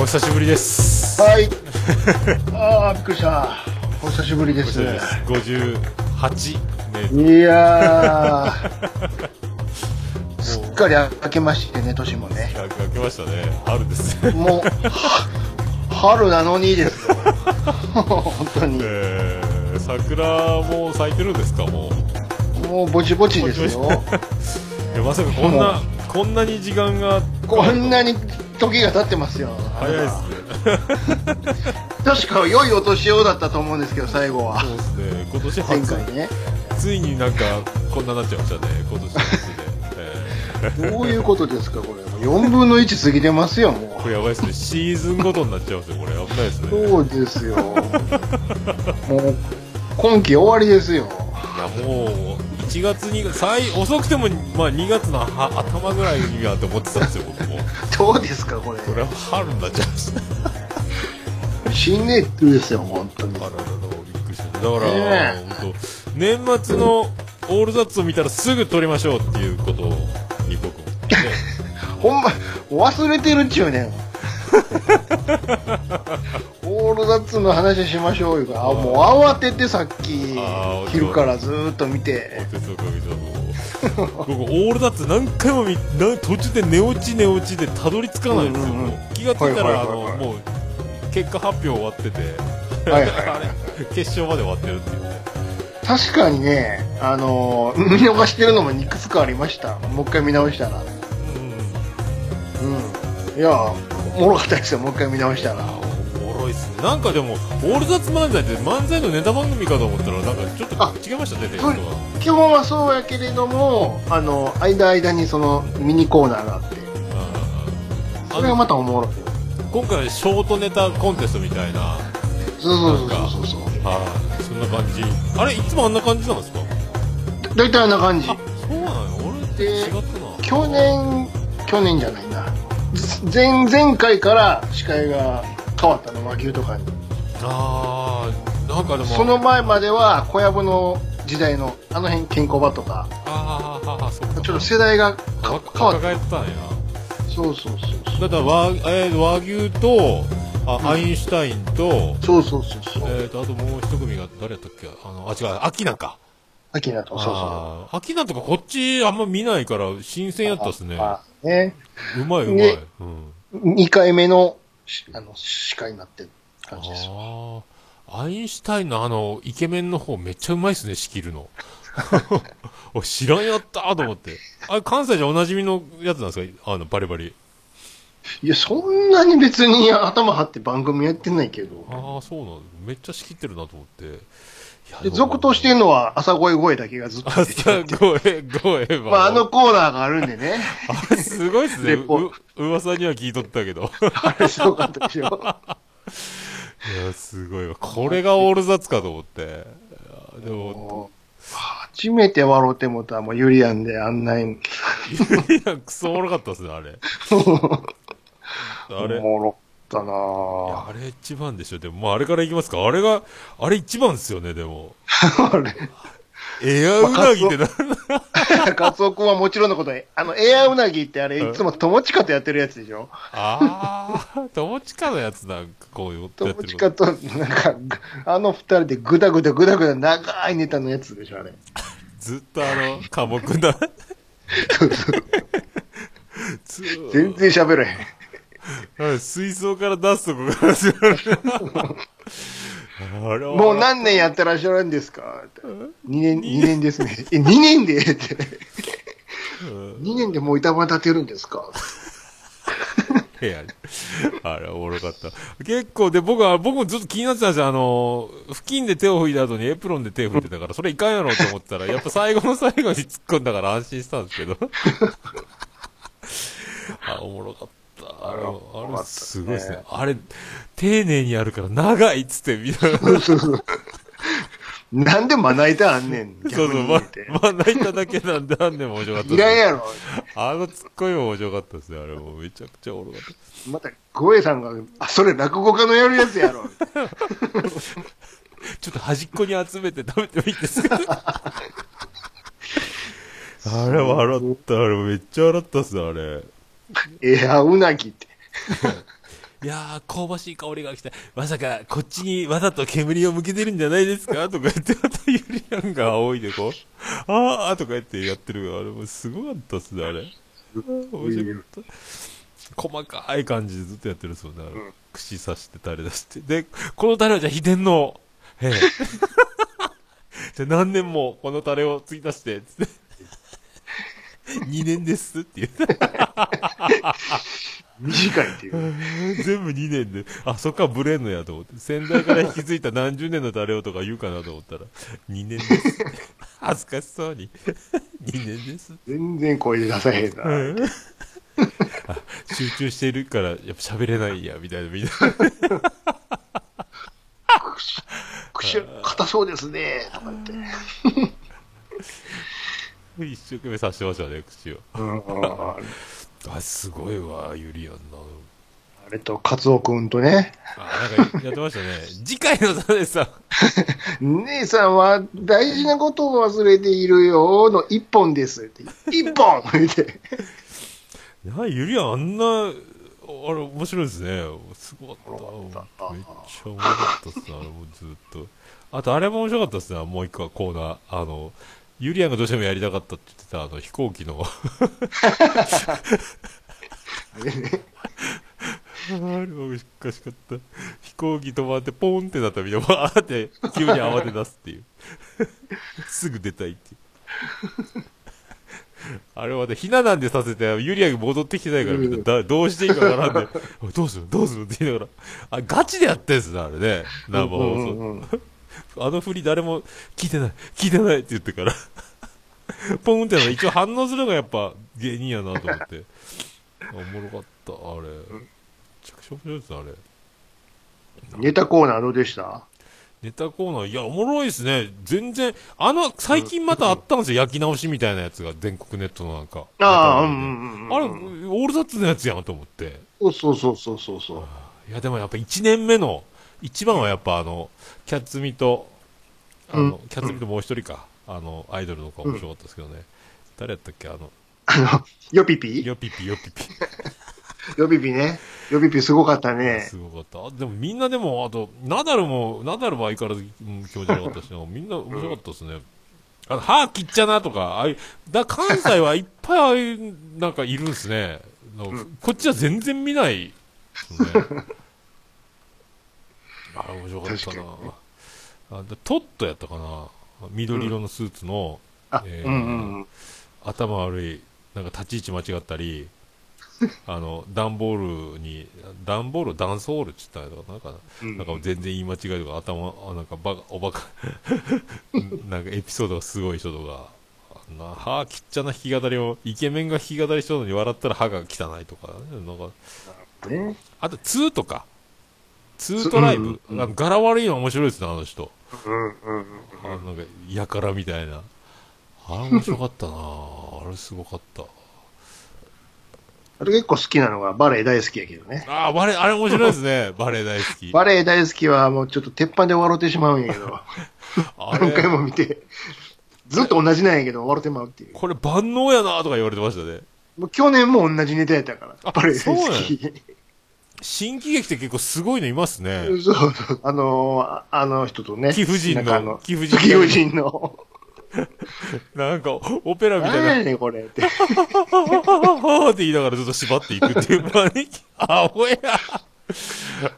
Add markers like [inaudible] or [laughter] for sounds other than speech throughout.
久しぶりです。 [laughs] はい。ああ、びっくりした。お久しぶりです。い五十八。ね、や [laughs] ー。すっかり明けましてね、年もね。開けましたね。春です。ねもう、は春なの [laughs] にですよ。本当に。え桜も咲いてるんですか、もう。もうぼちぼちですぼちよ。えまさかこんな、こんなに時間が。こんなに時が経ってますよ。早いですね。確か良いお年をだったと思うんですけど、最後はそ。うですね。今年前初回。ね。ついになんか、こんななっちゃいましたね。今年初で。えどういうことですか、これ。4分の1過ぎてますよ、もーこれやばいですね。シーズンごとになっちゃいますよ。これ危ないですう。ね。そうです [laughs] よ。もう、今季終わりですよ。いやもう1月に最遅くてもまあ2月のは頭ぐらいにはと思ってたんですよ僕もどうですかこれこれは春になっちゃいました新ネットですよ本当にあらららびっくりしただから、ね本当年末の「オールザッツ」を見たらすぐ撮りましょうっていうことに僕も、ね、ほんま忘れてるっちゅう [laughs] ねんオールザッツの話しましょうよあもう慌ててさっきあー昼からずーっと見おて手数おかげさまで僕「オールザッツ」何回も見な途中で寝落ち寝落ちでたどり着かないんですよ、うんうんうんもう気がついたら、はいはいはいはいあのもう結果発表終わってて、はいはいはい [laughs] あれ決勝まで終わってるっていうね確かにねあのー見逃してるのもいくつかありましたもう一回見直したうらんうんいやおもろかったですよもう一回見直したらおもろいっすねなんかでも「オールザッツ漫才」って漫才のネタ番組かと思ったらなんかちょっあと違いましたねテイストが基本はそうやけれどもあの間間にそのミニコーナーがあってうんそれがまたおもろい今回はショートネタコンテストみたいなはそうそうそうそうそういそんな感じあれいつもあんな感じなんですか大体あんな感じあそうなのよ俺って違ったな去年去年じゃないな前前回から司会が変わったの和牛とかにあーなんかでもその前までは小籔の時代のあの辺ケンコバとかあーあーあーそうちかょっと世代がか変わっ若返ったんやたそうそうそうだから和,、えー和牛とあ、アインシュタインとそうそうそうそうそうえー、とあともう一組が誰だったっけあのあ違うアキナか秋菜とそうそうあーアキナとかこっちあんま見ないから新鮮やったっすねうまあねまいうまい、ねうん、 2回目のしあの司会になってるあ感じですよーアインシュタインのあのイケメンの方めっちゃうまいっすね仕切る [laughs] のお知らんやったーと思ってあれ関西じゃおなじみのやつなんですかあのバリバリいやそんなに別に頭張って番組やってないけどああそうなのめっちゃ仕切ってるなと思っていやで続投してるのは朝声声だけがずっとあ出てるすごいごえば、まあ、あのコーナーがあるんで [laughs] ね。あれすごいっすねレポう噂には聞いとったけ [laughs] どあれすごかったでしょ。いや、すごいわ。これがオールザッツかと思って。いやでも、もう初めて笑うてもた、もうユリアンであんない、も [laughs] いや、クソおもろかったっすね、あ [laughs] れ。あれ、いやもろったなぁ。あれ一番でしょ。でも、まあ、あれからいきますか。あれが、あれ一番っすよね、でも。 [laughs] あれ。エアウナギってな、カツオ君はもちろんのことで、あの、エアウナギってあれ、いつも友近とやってるやつでしょあー、友近のやつなんか、こういうことや友ってること近と、なんか、あの二人でぐだぐだぐだぐだ長いネタのやつでしょ、あれ。ずっとあの、寡黙な。 [laughs] ずー全然喋れへん。はい水槽から出すとこから始まるあれはもう何年やってらっしゃるんですかって2年、二年ですね。え、2年でって。2年でもう板場立てるんですか部屋に。あれ、おもろかった。結構、で、僕は、僕もずっと気になってたんですよ。あの、付近で手を拭いた後にエプロンで手を拭いてたから、それいかんやろうと思ってたら、やっぱ最後の最後に突っ込んだから安心したんですけ [laughs] ど。あ、おもろかった。あれ、おもあろかったれねすごいですね。あれ、丁寧にやるから長いっつ [laughs] って、みたいな。なんでまな板あんねん。そう逆そう、まに言て、まな板だけなんであんねんも面白かったいですらんね。やろ。あの突っ込みも面白かったですね。あれもうめちゃくちゃおもろかった。また、ゴエさんが、あ、それ落語家のやるやつやろ。ちょっと端っこに集めて食べてもいいですか [laughs] あれ笑った、あれめっちゃ笑ったっすね、あれ。エアウナギって。いやー、香ばしい香りが来た。まさか、こっちにわざと煙を向けてるんじゃないですかとか言って、またゆりやんが仰いでこう、あーとか言ってやってるあれもうすごかったっすね、あれ。あー面白かった。細かい感じでずっとやってるそうね、あれうん串刺して垂れ出して。で、このタレはじゃあ秘伝の、ええ。じゃあ何年もこのタレを継ぎ足して、つって。2年ですって言って。短いっていう。 [laughs] 全部2年で、あ、そっからブレんのやと思って、先代から引き継いだ何十年の誰をとか言うかなと思ったら、2年 [laughs] です。恥ずかしそうに。2年です。全然声で出さへんな。あ集中してるから、やっぱ喋れないや、みたいな、みんな。口、硬そうですね、とか言って。一生懸命刺してましたね、口を。うん、ああ、すごいわ、ゆりやんな。れと、カツオくんとね、あ、なんかやってましたね。次回のサネさん。姉さんは大事なことを忘れているよ、の一本ですって。一本言って。なゆりやん、あんな、あれ、面白いですね。すごかった。めっちゃ面白かったっすね、あれもずっと。あと、あれも面白かったっすね、もう一個はコーナー。あの、ゆりやんがどうしてもやりたかったって言ってた、あの、飛行機 [laughs] の。あれねあれもしかしかった。飛行機止まって、ポンってなったらみんな、わーって、急に慌て出すっていう。 [laughs] すぐ出たいっていう。 [laughs] あれはね、ひななんでさせて、ゆりやが戻ってきてないから、みんなだ、どうしていいかわからんで、おいどうするどうするって言いながら、あ、ガチでやってんすね、あれね。生放う送。んうんうんあの振り誰も聞いてない、聞いてないって言ってから、 [laughs] ポンってのは一応反応するのがやっぱ芸人やなと思 [laughs] って。あおもろかった、あれ。めちゃくちゃ面白いですね、あれ。ネタコーナーどうでしたネタコーナー、いや、おもろいですね。全然、あの、最近またあったんですよ、焼き直しみたいなやつが、全国ネットのなんか。ああ、うネタのんねうんうんあれ、うん。オールザッツのやつやんと思って。そうそうそうそうそうそう。いや、でもやっぱ1年目の、一番はやっぱあの、キャッツミと、あの、キャッツミともう一人か、あの、アイドルの子は面白かったですけどね。誰やったっけあの、あの、ヨピピヨピピヨピピ。ヨピピね。ヨピピすごかったねす。ごかった。あでもみんなでも、あと、ナダルも、ナダルは相変わらず、うん、気持ち悪かった [laughs] しな、みんな面白かったですね。あの、歯切っちゃなとか、ああいう、だ関西はいっぱいああいう、なんかいるんですね。のこっちは全然見ない、ね。 [laughs] あれ面白かったな確か。あでトットやったかな。緑色のスーツの、あ、えーうんうんうん。頭悪い、なんか立ち位置間違った [laughs] り、あの、段ボールに、段ボール、ダンソールって言ったのかななんかうんなんか全然言い間違いとか、頭、あなんかバカ、おバカ、 [laughs] なんかエピソードがすごい人とか、あんな歯きっちゃな弾き語りを、イケメンが弾き語りしたのに笑ったら歯が汚いとか、ね、なんか、ねあと、ツーとか、ツートライブ、うんあの柄悪いの面白いですね、あの人。うんうんうん。あのなんか、やからみたいな。あれ面白かったなあれすごかった。あと結構好きなのがバレエ大好きやけどね。ああ、バレー、あれ面白いですね。バレー大好き。バレエ大好きはもうちょっと鉄板で笑ってしまうんやけど、あ何回れ、も見て、ずっと同じなんやけど笑ってまうっていう。これ万能やなとか言われてましたね。もう去年も同じネタやったから、あバレエ大好き。新喜劇って結構すごいのいますね。そうそう、あのーああの人とね。貴婦人のなんかあの貴貴婦婦人人のの。なんか、オペラみたいな何やねんこれって。ははははって言いながらずっと縛っていくっていうマネキン。あ、おや。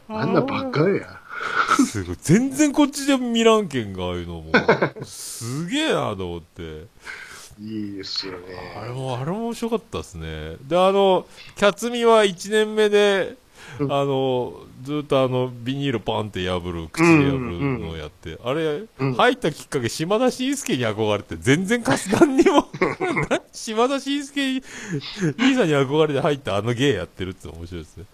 あんなばっかりや。すごい。全然こっちで見らんけんが、ああいうのも。すげえなと思って。いいですよね。あれも、あれも面白かったですね。で、あの、キャツミは1年目で、あうんの、ずっとあの、ビニールパンって破る、口で破るのをやって、あれ、うん入ったきっかけ、島田紳介に憧れて、全然かす何にも、 [laughs] 島田紳介に、兄さんに憧れて入ったあの芸やってるって面白いですね。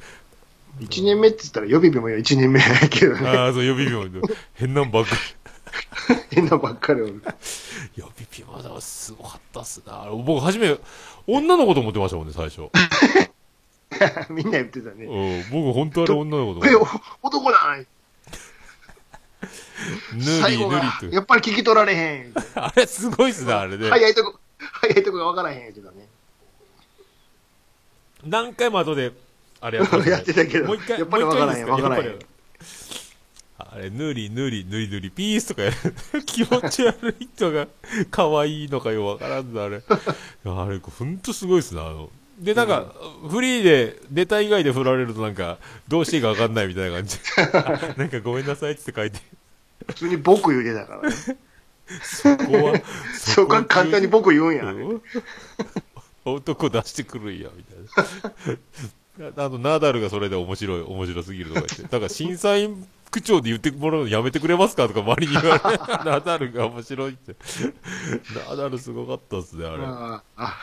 一年目って言ったら予備日も一年目やけどね。ああ、そう、予備病の、変なんばっかり。変なばっかりおる。 [laughs] 予備ピマだすごかったっすな。あれ僕、初め、女の子と思ってましたもんね、最初。 [laughs] みんな言ってたね。うん、僕、本当あれ女の子と思っこてれ。お男なんぬり [laughs] 最後がぬりやっぱり聞き取られへん。と。 [laughs] あれすごいっすね、あれね。早いとこ、早いとこがわからへんけどね。何回も後で、あれやったことないやってたけどもう一回、やっぱりもう一回わからんよわからんよいいですやっぱりあれ、ぬりぬりぬりぬりピースとかやる。 [laughs] 気持ち悪い人が可愛いのかよ、わからんぞ、あ [laughs] れ。いやあれ、ほんとすごいっすな、あの。で、なんか、フリーで、出た以外で振られるとなんか、どうしていいかわかんないみたいな [laughs] 感じ。なんかごめんなさいっつって書いて。普通に僕言うてたからね。そこは、そこは簡単に僕言うんや。 [laughs] 男出してくるんや、みたいな。あの、ナダルがそれで面白い、面白すぎるとか言って。だから審査員口調で言ってもらうのやめてくれますかとか周りに言われて。 [laughs] ナダルが面白いって。ナダルすごかったっすね、あれ。ああ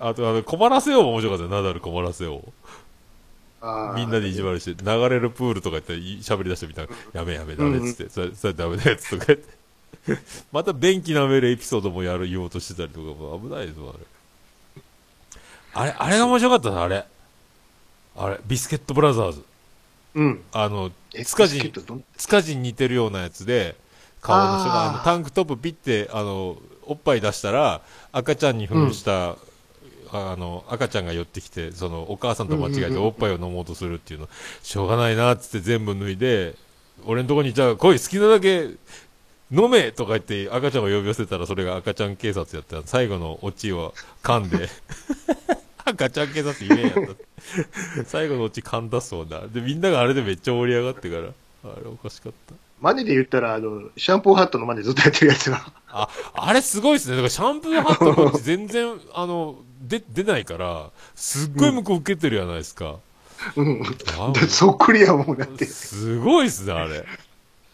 あと、あの、困らせようも面白かったよ、ナダル困らせよう。ああみんなで意地悪して、流れるプールとか言って喋り出してみたら、やめやめ、ダメっつって、それ、それダメなやつとか言って。 [laughs] また便器舐めるエピソードもやる、言おうとしてたりとか、もう危ないですわ、あれ。あれ、あれが面白かったな、あれ。あれ、ビスケットブラザーズ。うん。あの、つカかジじンん、つかじん似てるようなやつで、顔の人があーあのタンクトップピッて、あの、おっぱい出したら、赤ちゃんに扮した、あの、赤ちゃんが寄ってきて、その、お母さんと間違えうんうてんうんおっぱいを飲もうとするっていうの、しょうがないな、つって全部脱いで、俺のとこに、じゃあ来い、好きなだけ、飲めとか言って赤ちゃんを呼び寄せたらそれが赤ちゃん警察やった最後のオチは噛ん [laughs] で赤ちゃん警察言えんやった最後のオチ噛んだそうなでみんながあれでめっちゃ盛り上がってからあれおかしかったマネで言ったら、あの、シャンプーハットのマネずっとやってるや [laughs] つが。ああれすごいですねだからシャンプーハットこっち全然あので出ないからすっごい向こう受けてるじゃないですか、うん。あそっくりやもんだって。すごいですねあれ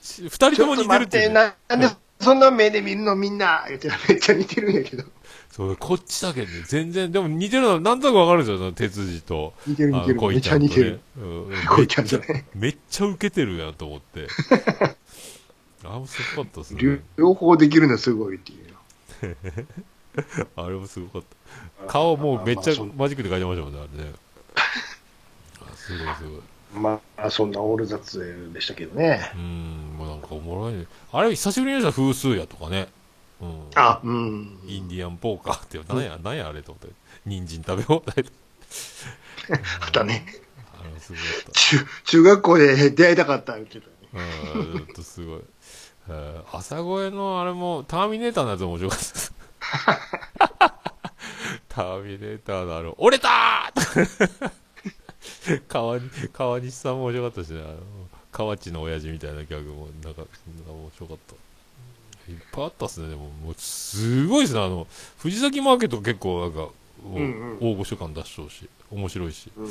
し二人ちとょもっと似てる待っっていて、うねななんでそんな目で見るのみんな言ってめっちゃ似てるんやけど。そうこっちだけね全然でも似てるのはなんとなくわかるんですよ手筋と似てる似てあのる。こめっいちちゃゃん似とてねる。うんこめっいちゃんちとゃね。めっちゃウケてるやんと思ってあ [laughs] れもすごかったっすね両方できるのすごいっていう。あれもすごかった顔もうめっちゃまあそんマジックで描いてましたもんねあれねあすごいすごいまあ、そんなオールザッツでしたけどね。うんもうなんかおもろいねあれ久しぶりに見ました風数やとかねうんあ、うん。インディアンポーカーって何や何やあれと思って人参食べ放題あったね。あれもすごかった中、中学校で出会いたかったみたいな。うん、ちょっとすごい。えー朝声のあれも、ターミネーターのやつも面白かったです。ターミネーターのあれ、折れたー川に川西さんも面白かったしね、あの河内の親父みたいなギャグも、なんか、なんか面白かった。いっぱいあったっすね、でも、もうすごいですね、あの、藤崎マーケット結構なんか、もううんうん大御所感出しそうし、面白いし。うん。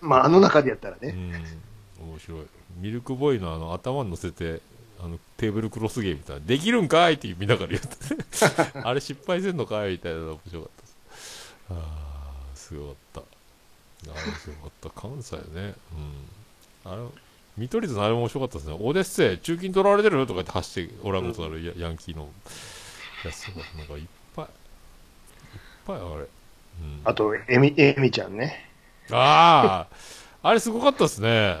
まあ、あの中でやったらね。うん、面白いミルクボーイのあの頭に乗せてあのテーブルクロスゲームみたいなできるんかいって見ながら言ってあれ失敗せんのかいみたいなの面白かったですあーすごかったあれすごかった関西ねうんあれ見取り図のあれも面白かったですねオデッセイ中金取られてるとか言って走っておらんことあるヤ,、ヤンキーのいやすごいなんかいっぱいいっぱいあれ、うん、あと、えみ、えみちゃんね。ああ、あれすごかったですね。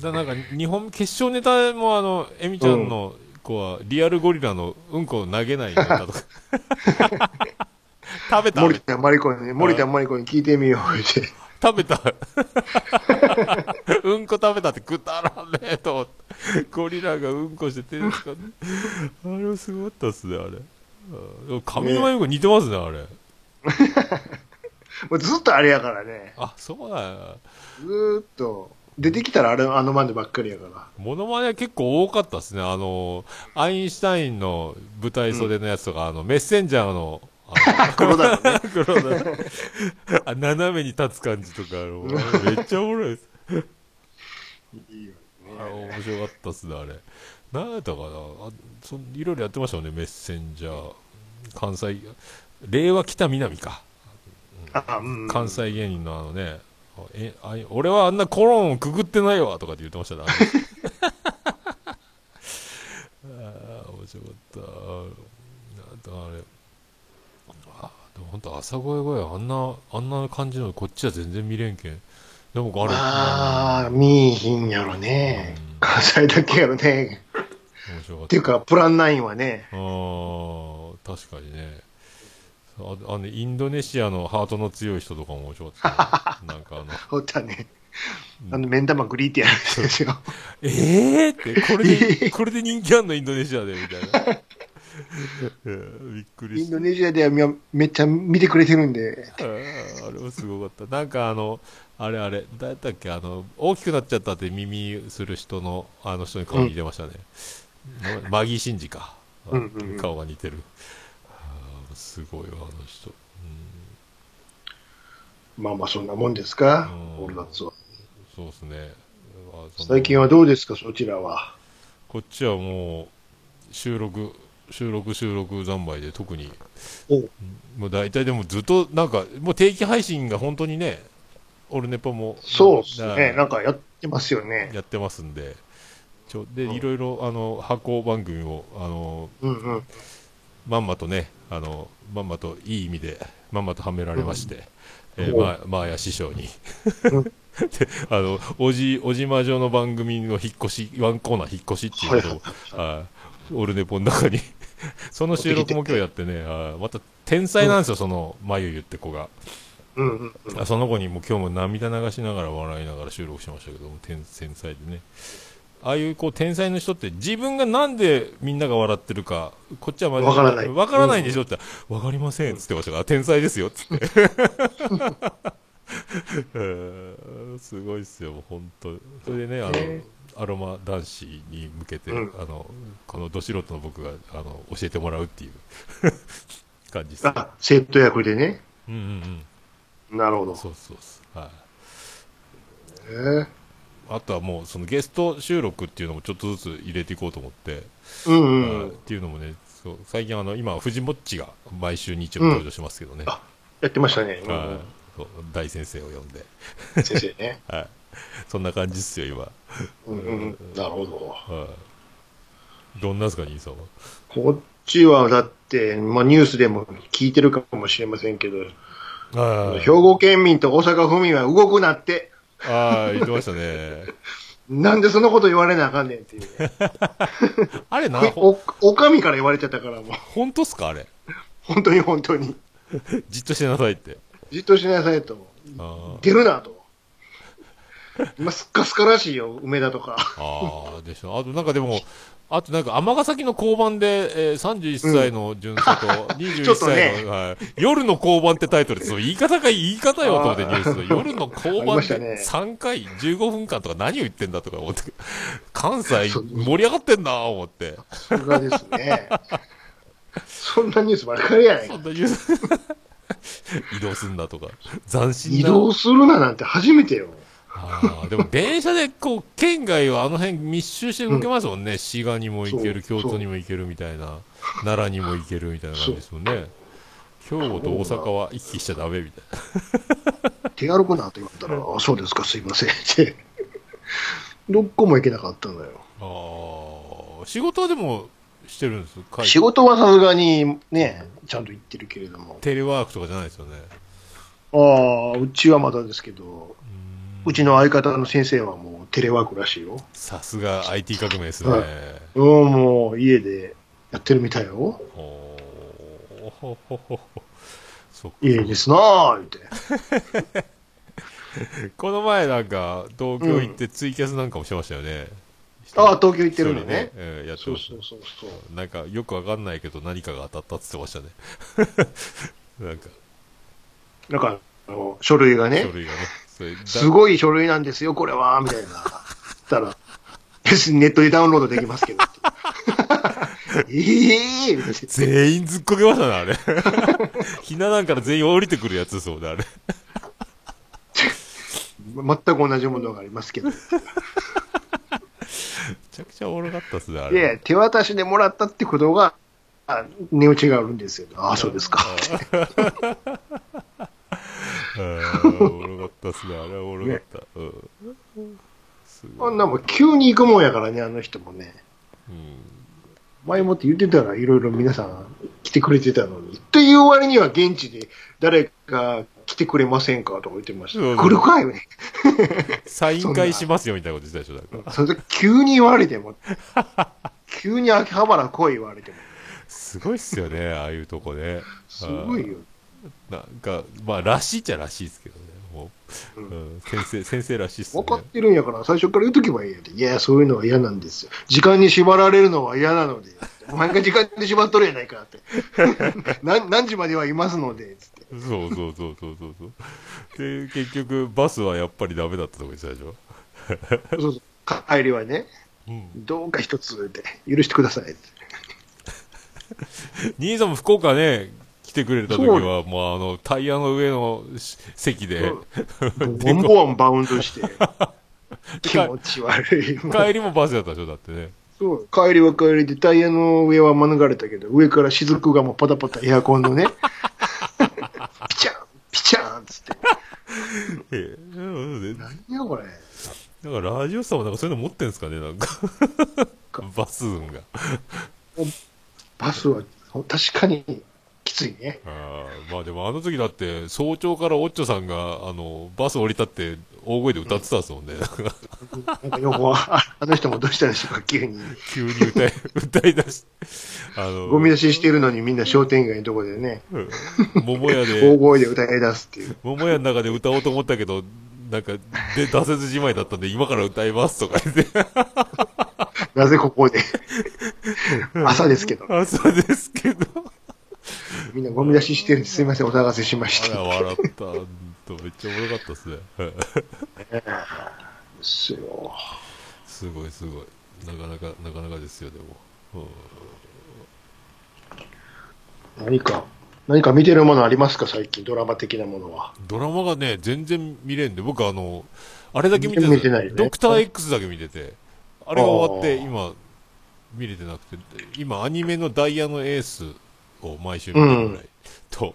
だなんか日本決勝ネタもあのエミちゃんの子はリアルゴリラのうんこを投げないネタとか食べた森田マリコに、森田マリコに聞いてみようって。食べた [laughs] うんこ食べたってくだらねえと思ってゴリラがうんこして手ですかあれはすごかったっすねあれうんでも上沼恵美子似てますねあれ [laughs] もうずっとあれやからね。あそうだよずーっと。出てきたらあれ、あのマネばっかりやから。 [laughs] モノマネは結構多かったですね。あの、アインシュタインの舞台袖のやつとか、あの、メッセンジャーの、あの黒だろね。黒田 [laughs] あ斜めに立つ感じとか、あのめっちゃおもろいです。いいよあ面白かったっすね、あれ。なんやったかなあそいろいろやってましたよね、メッセンジャー。関西、令和北南か。あ、うん。関西芸人のあのね、えあい俺はあんなコロンをくぐってないわとかって言ってましたね。 [laughs] ああー、面白かった。なんとあれ。あーでも本当朝声声あんな、あんな感じのこっちは全然見れんけん。でもあれ、ああ、見いひんやろねうん。関西だけやろね。面白かっってた。いうか、プランナインはね、ああ、確かにね。ああのインドネシアのハートの強い人とかも面白か [laughs] ったななんかあのほったね。あの、目ん玉グリーってやるんですよ。ええー、ってこれ [laughs] でこれで人気あんのインドネシアでみたいなうんびっくり [laughs] インしたドネシアではみめっちゃ見てくれてるんで。あーあれもすごかったなんかあのあれあれ誰だっけあの大きくなっちゃったって耳する人のあの人に顔似てましたね、まマギー・シンジか、うんうんうん顔が似てるあーすごいわあの人、うんまあまあ、そんなもんですかう、んオールナッツは。そうですねあそんな最近はどうですか、そちらは。こっちはもう収録収録収録三昧で特におうもう大体でもずっとなんかもう定期配信が本当にねオルネポもそうですね。ななんかやってますよね。やってますんでちょで、うんいろいろあの箱番組をあのうんうん。まんまとねあのまんまといい意味でまんまとはめられまして、うんえーおうまあまあや師匠にうん [laughs] であのおじおじまじょの番組の引っ越しワンコーナー引っ越しっていうことを、はい、オルネポの中に [laughs] その収録も今日やってねはいまた天才なんですよ、そのまゆゆって子がうんうんうん。あその子にもう今日も涙流しながら笑いながら収録しましたけども天天才でねああいうこう天才の人って自分がなんでみんなが笑ってるかこっちはまだわからないわからないんでしょって言ったらわかりませんっつってましたから天才ですよっつって [laughs] えーすごいっすよもう本当それでねあえのアロマ男子に向けて、うんあのこのど素人の僕があの教えてもらうっていう [laughs] 感じですねあ、生徒役でね。うんうんうんなるほど。そうそうそうはいえーあとはもうそのゲスト収録っていうのもちょっとずつ入れていこうと思って、うんうあんうーっん。ていうのもねそう最近あの今藤もっちが毎週日曜日登場しますけどね、あやってましたね。うんはいそう大先生を呼んで、うん先生 [laughs] ね。はい、そんな感じっすよ今、うんうんうん。なるほど。はい、どんなんすか兄さんはこっちはだって、まあ、ニュースでも聞いてるかもしれませんけど、あ兵庫県民と大阪府民は動くなって、あー言ってましたねなんでそんなこと言われなあかんねんっていう、ね、あ [laughs] れなほお、おかみから言われてたからもう、本当っすかあれ本当に本当に、じっとしてなさいってじっとしなさいと、あー出るなと。今すっかすからしいよ、梅田とか。あーでしょあとなんかでもあとなんか尼崎の交番で、えー、31歳の巡査と [laughs] ちょ21っと歳ねの、はい、夜の交番ってタイトルでそう言い方が言い方よと思ってあニーュース夜の交あり番ましたでね3回15分間とか何を言ってんだとか思って関西そう盛り上がってんなぁ思ってさすがですね。そんなニュースばっかりやないそかん。なニュース [laughs] 移動すんだとか斬新な移動するななんて初めてよ。あーでも電車でこう県外はあの辺密集して動けますもんね、滋賀にも行けるそう京都にも行けるみたいな奈良にも行けるみたいな感じですもんね兵庫と大阪は行き来しちゃダメみたいな手歩くなと言われたら、あそうですか、すいません [laughs] って。どっこも行けなかったのよ。あー仕事はでもしてるんですか仕事はさすがにね、ちゃんと行ってるけれども。テレワークとかじゃないですよねああ、うちはまだですけど、うちの相方の先生はもうテレワークらしいよ。さすが IT 革命ですね、はいうん、もう家でやってるみたいよ。おーほほほほそっか家ですなあ、言うて。この前なんか東京行ってツイキャスなんかもしてましたよね、ああ、東京行ってるのね一人。えーやってそまうしたそうそうそう。なんかよくわかんないけど何かが当たったって言ってましたね。 [laughs] なんかなんか、あの書類がね書、類がね。それだすごい書類なんですよ、これは、みたいな。たら、別にネットでダウンロードできますけど。ええー、全員ずっこけましたね、あれ。 [laughs] ひな壇から全員降りてくるやつですもんね、あれ。全く同じものがありますけど。めちゃくちゃおもろかったっすね、あれ。で、手渡しでもらったってことが、あ値打ちがあるんですよ。ああ、そうですか。あーおもろかったっすね、あれはおもろかった。うん。すあごいんなもん急に行くもんやからね、あの人もね。うん前もって言ってたらいろいろ皆さん来てくれてたのに。という割には現地で誰か来てくれませんかとか言ってました。そうそう来るかよね。サイン会しますよみたいなこと言ってたでしょ、なんか。 [laughs] それで急に言われても。急に秋葉原来い言われても。すごいっすよね、ああいうとこね。すごいよ。なんか、まあ、らしいっちゃらしいですけどね。もう、うんうん、先生、先生らしいっすね分。かってるんやから、最初から言うとけばいいやで。いや、そういうのは嫌なんですよ。時間に縛られるのは嫌なので。お前が時間に縛っとるやないかって。 [laughs] 何何時まではいますので、つって。そうそうそうそうそうそう。で、結局、バスはやっぱりダメだったとか言ってたでしょ。そうそう帰りはね、うん。どうか一つで許してくださいって。兄さんも福岡ね、来てくれた時そうは、もうあの、タイヤの上のし席で、ボンボンバウン [laughs] ドして、気持ち悪い。帰りもバスだったでしょ、だってね。そう帰りは帰りで、タイヤの上は免れたけど、上から雫がもうパタパタエアコンのね、ピチャン、 [laughs] ピチャンっつって。ええうんだ何やこれ。からラジオさんもなんかそういうの持ってんですかね、なんか。バス運が。バスは確かにきついね。あーまあでもあの時だって、早朝からオッチョさんが、あの、バス降り立って、大声で歌ってたんですもんね。なんかよくわあの人もどうしたんでしょうか、急に。急に歌 [laughs] い、歌い出し、あの、ゴミ出ししてるのにみんな商店街のとこでね、うん桃屋大で、声で歌い出すっていう。桃屋の中で歌おうと思ったけど、なんか、で、出せずじまいだったんで、今から歌いますとか言って、 [laughs] なぜここで朝ですけど、朝ですけど。みんなゴミ出ししてるんですいません、お騒がせしましあら、た。笑った。ほんとめっちゃおもろかったっすね。ですよ。すごいすごい。なかなか、なかなかですよ、でも。うん何か、何か見てるものありますか、最近、ドラマ的なものは。ドラマがね、全然見れんで、僕あの、あれだけ見てた見てないよねドクター X だけ見てて、あれが終わって、あー今、見れてなくて、今、アニメのダイヤのエースを毎週見うてんるぐらい、と、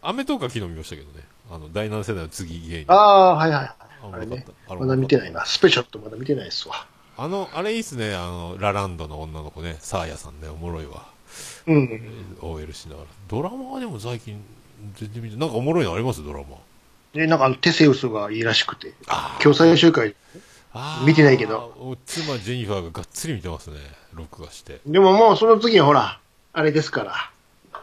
アメトーークは昨日見ましたけどね、あの、第7世代の次芸人。ああ、はいはい。ああれね。あまだ見てないな。スペシャルとまだ見てないっすわ。あの、あれいいっすね、あの、ラランドの女の子ね、サーヤさんね、おもろいわ。うん。 OL しながら。ドラマはでも最近、全然見て、なんかおもろいのありますドラマ。で、なんかあの、テセウスがいいらしくて、あ今日最終回あー見てないけど。お妻ジェニファーががっつり見てますね。録画して。でももうその次はほら、あれですから、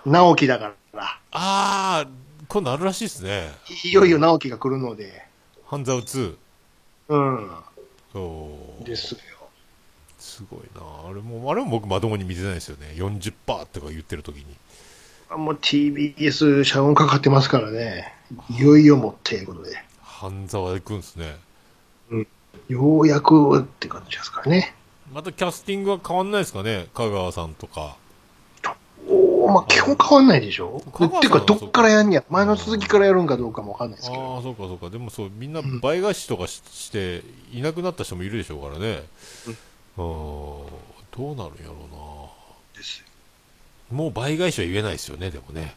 直樹だから、ああ、今度あるらしいですね。いよいよ直樹が来るので、ハンザウ2。うん、おーですよ。すごいな。あれも、あれも僕まともに見てないですよね。40%とか言ってる時に。もう TBS 社音かかってますからね、いよいよもっていうことで、半沢で行くんですね。ようやくって感じですからね。またキャスティングは変わんないですかね。香川さんとか。おーまあ基本変わんないでしょ変わんないっていうか、どっからやんねや、前の続きからやるんかどうかもわかんないですけど、ああ、そうかそうか。でもそう、みんな倍返しとかしして、いなくなった人もいるでしょうからね。うん、どうなるんやろうな。ですもう倍返しは言えないですよね、でもね。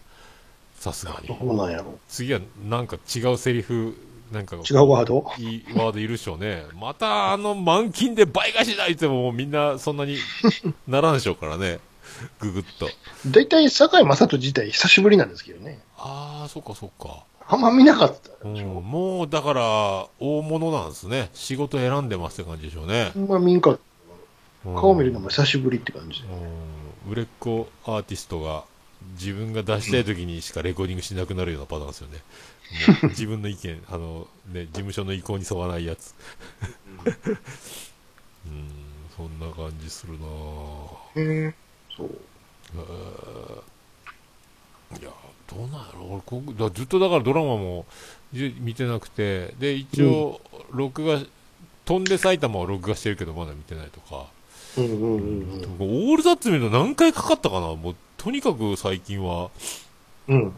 さすがどに。うなんやろ次はなんか違うセリフ、なんか、違うワードいいワードいるでしょうね。またあの満金で倍返しだ言ってももうみんなそんなにならんでしょうからね。ググっと。大体、堺井雅人自体久しぶりなんですけどね。ああ、そっかそっか。あんま見なかったうでしんょ。もうだから、大物なんですね。仕事選んでますって感じでしょうねあ。んま見んかった。うん顔見るのも久しぶりって感じで。うん売れっ子アーティストが自分が出したい時にしかレコーディングしなくなるようなパターンですよね。もう自分の意見、あの、ね、事務所の意向に沿わないやつ。 [laughs] うん、そんな感じするなぁ。へえ。そう。いや、どうなんやろ俺こだずっとだからドラマもじ見てなくて、で、一応、録画、飛んで埼玉を録画してるけど、まだ見てないとか。うんうんうんでもオールザッツ見るの何回かかったかなもう、とにかく最近は、うん。うん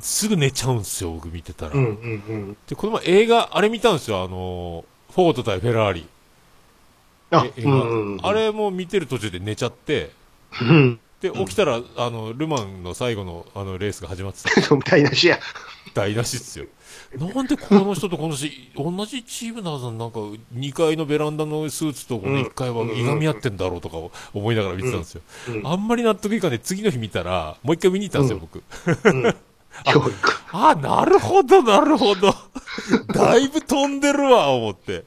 すぐ寝ちゃうんすよ、僕見てたら。うんうんうん。で、この前映画、あれ見たんですよ、あのー、フォート対フェラーリ。あ、え映う画んうんうん。あれも見てる途中で寝ちゃって、うん。で、起きたら、あの、ルマンの最後の、あの、レースが始まってた。みたいなしや。台無しっすよ。なんでこの人とこの人、同じチームなのになんか、2階のベランダのスーツとこの1階はいがみ合ってんだろうとか思いながら見てたんですよ。うんあんまり納得いかね次の日見たら、もう一回見に行ったんですよ、僕。教育。あ、なるほど、なるほど。だいぶ飛んでるわ、思って。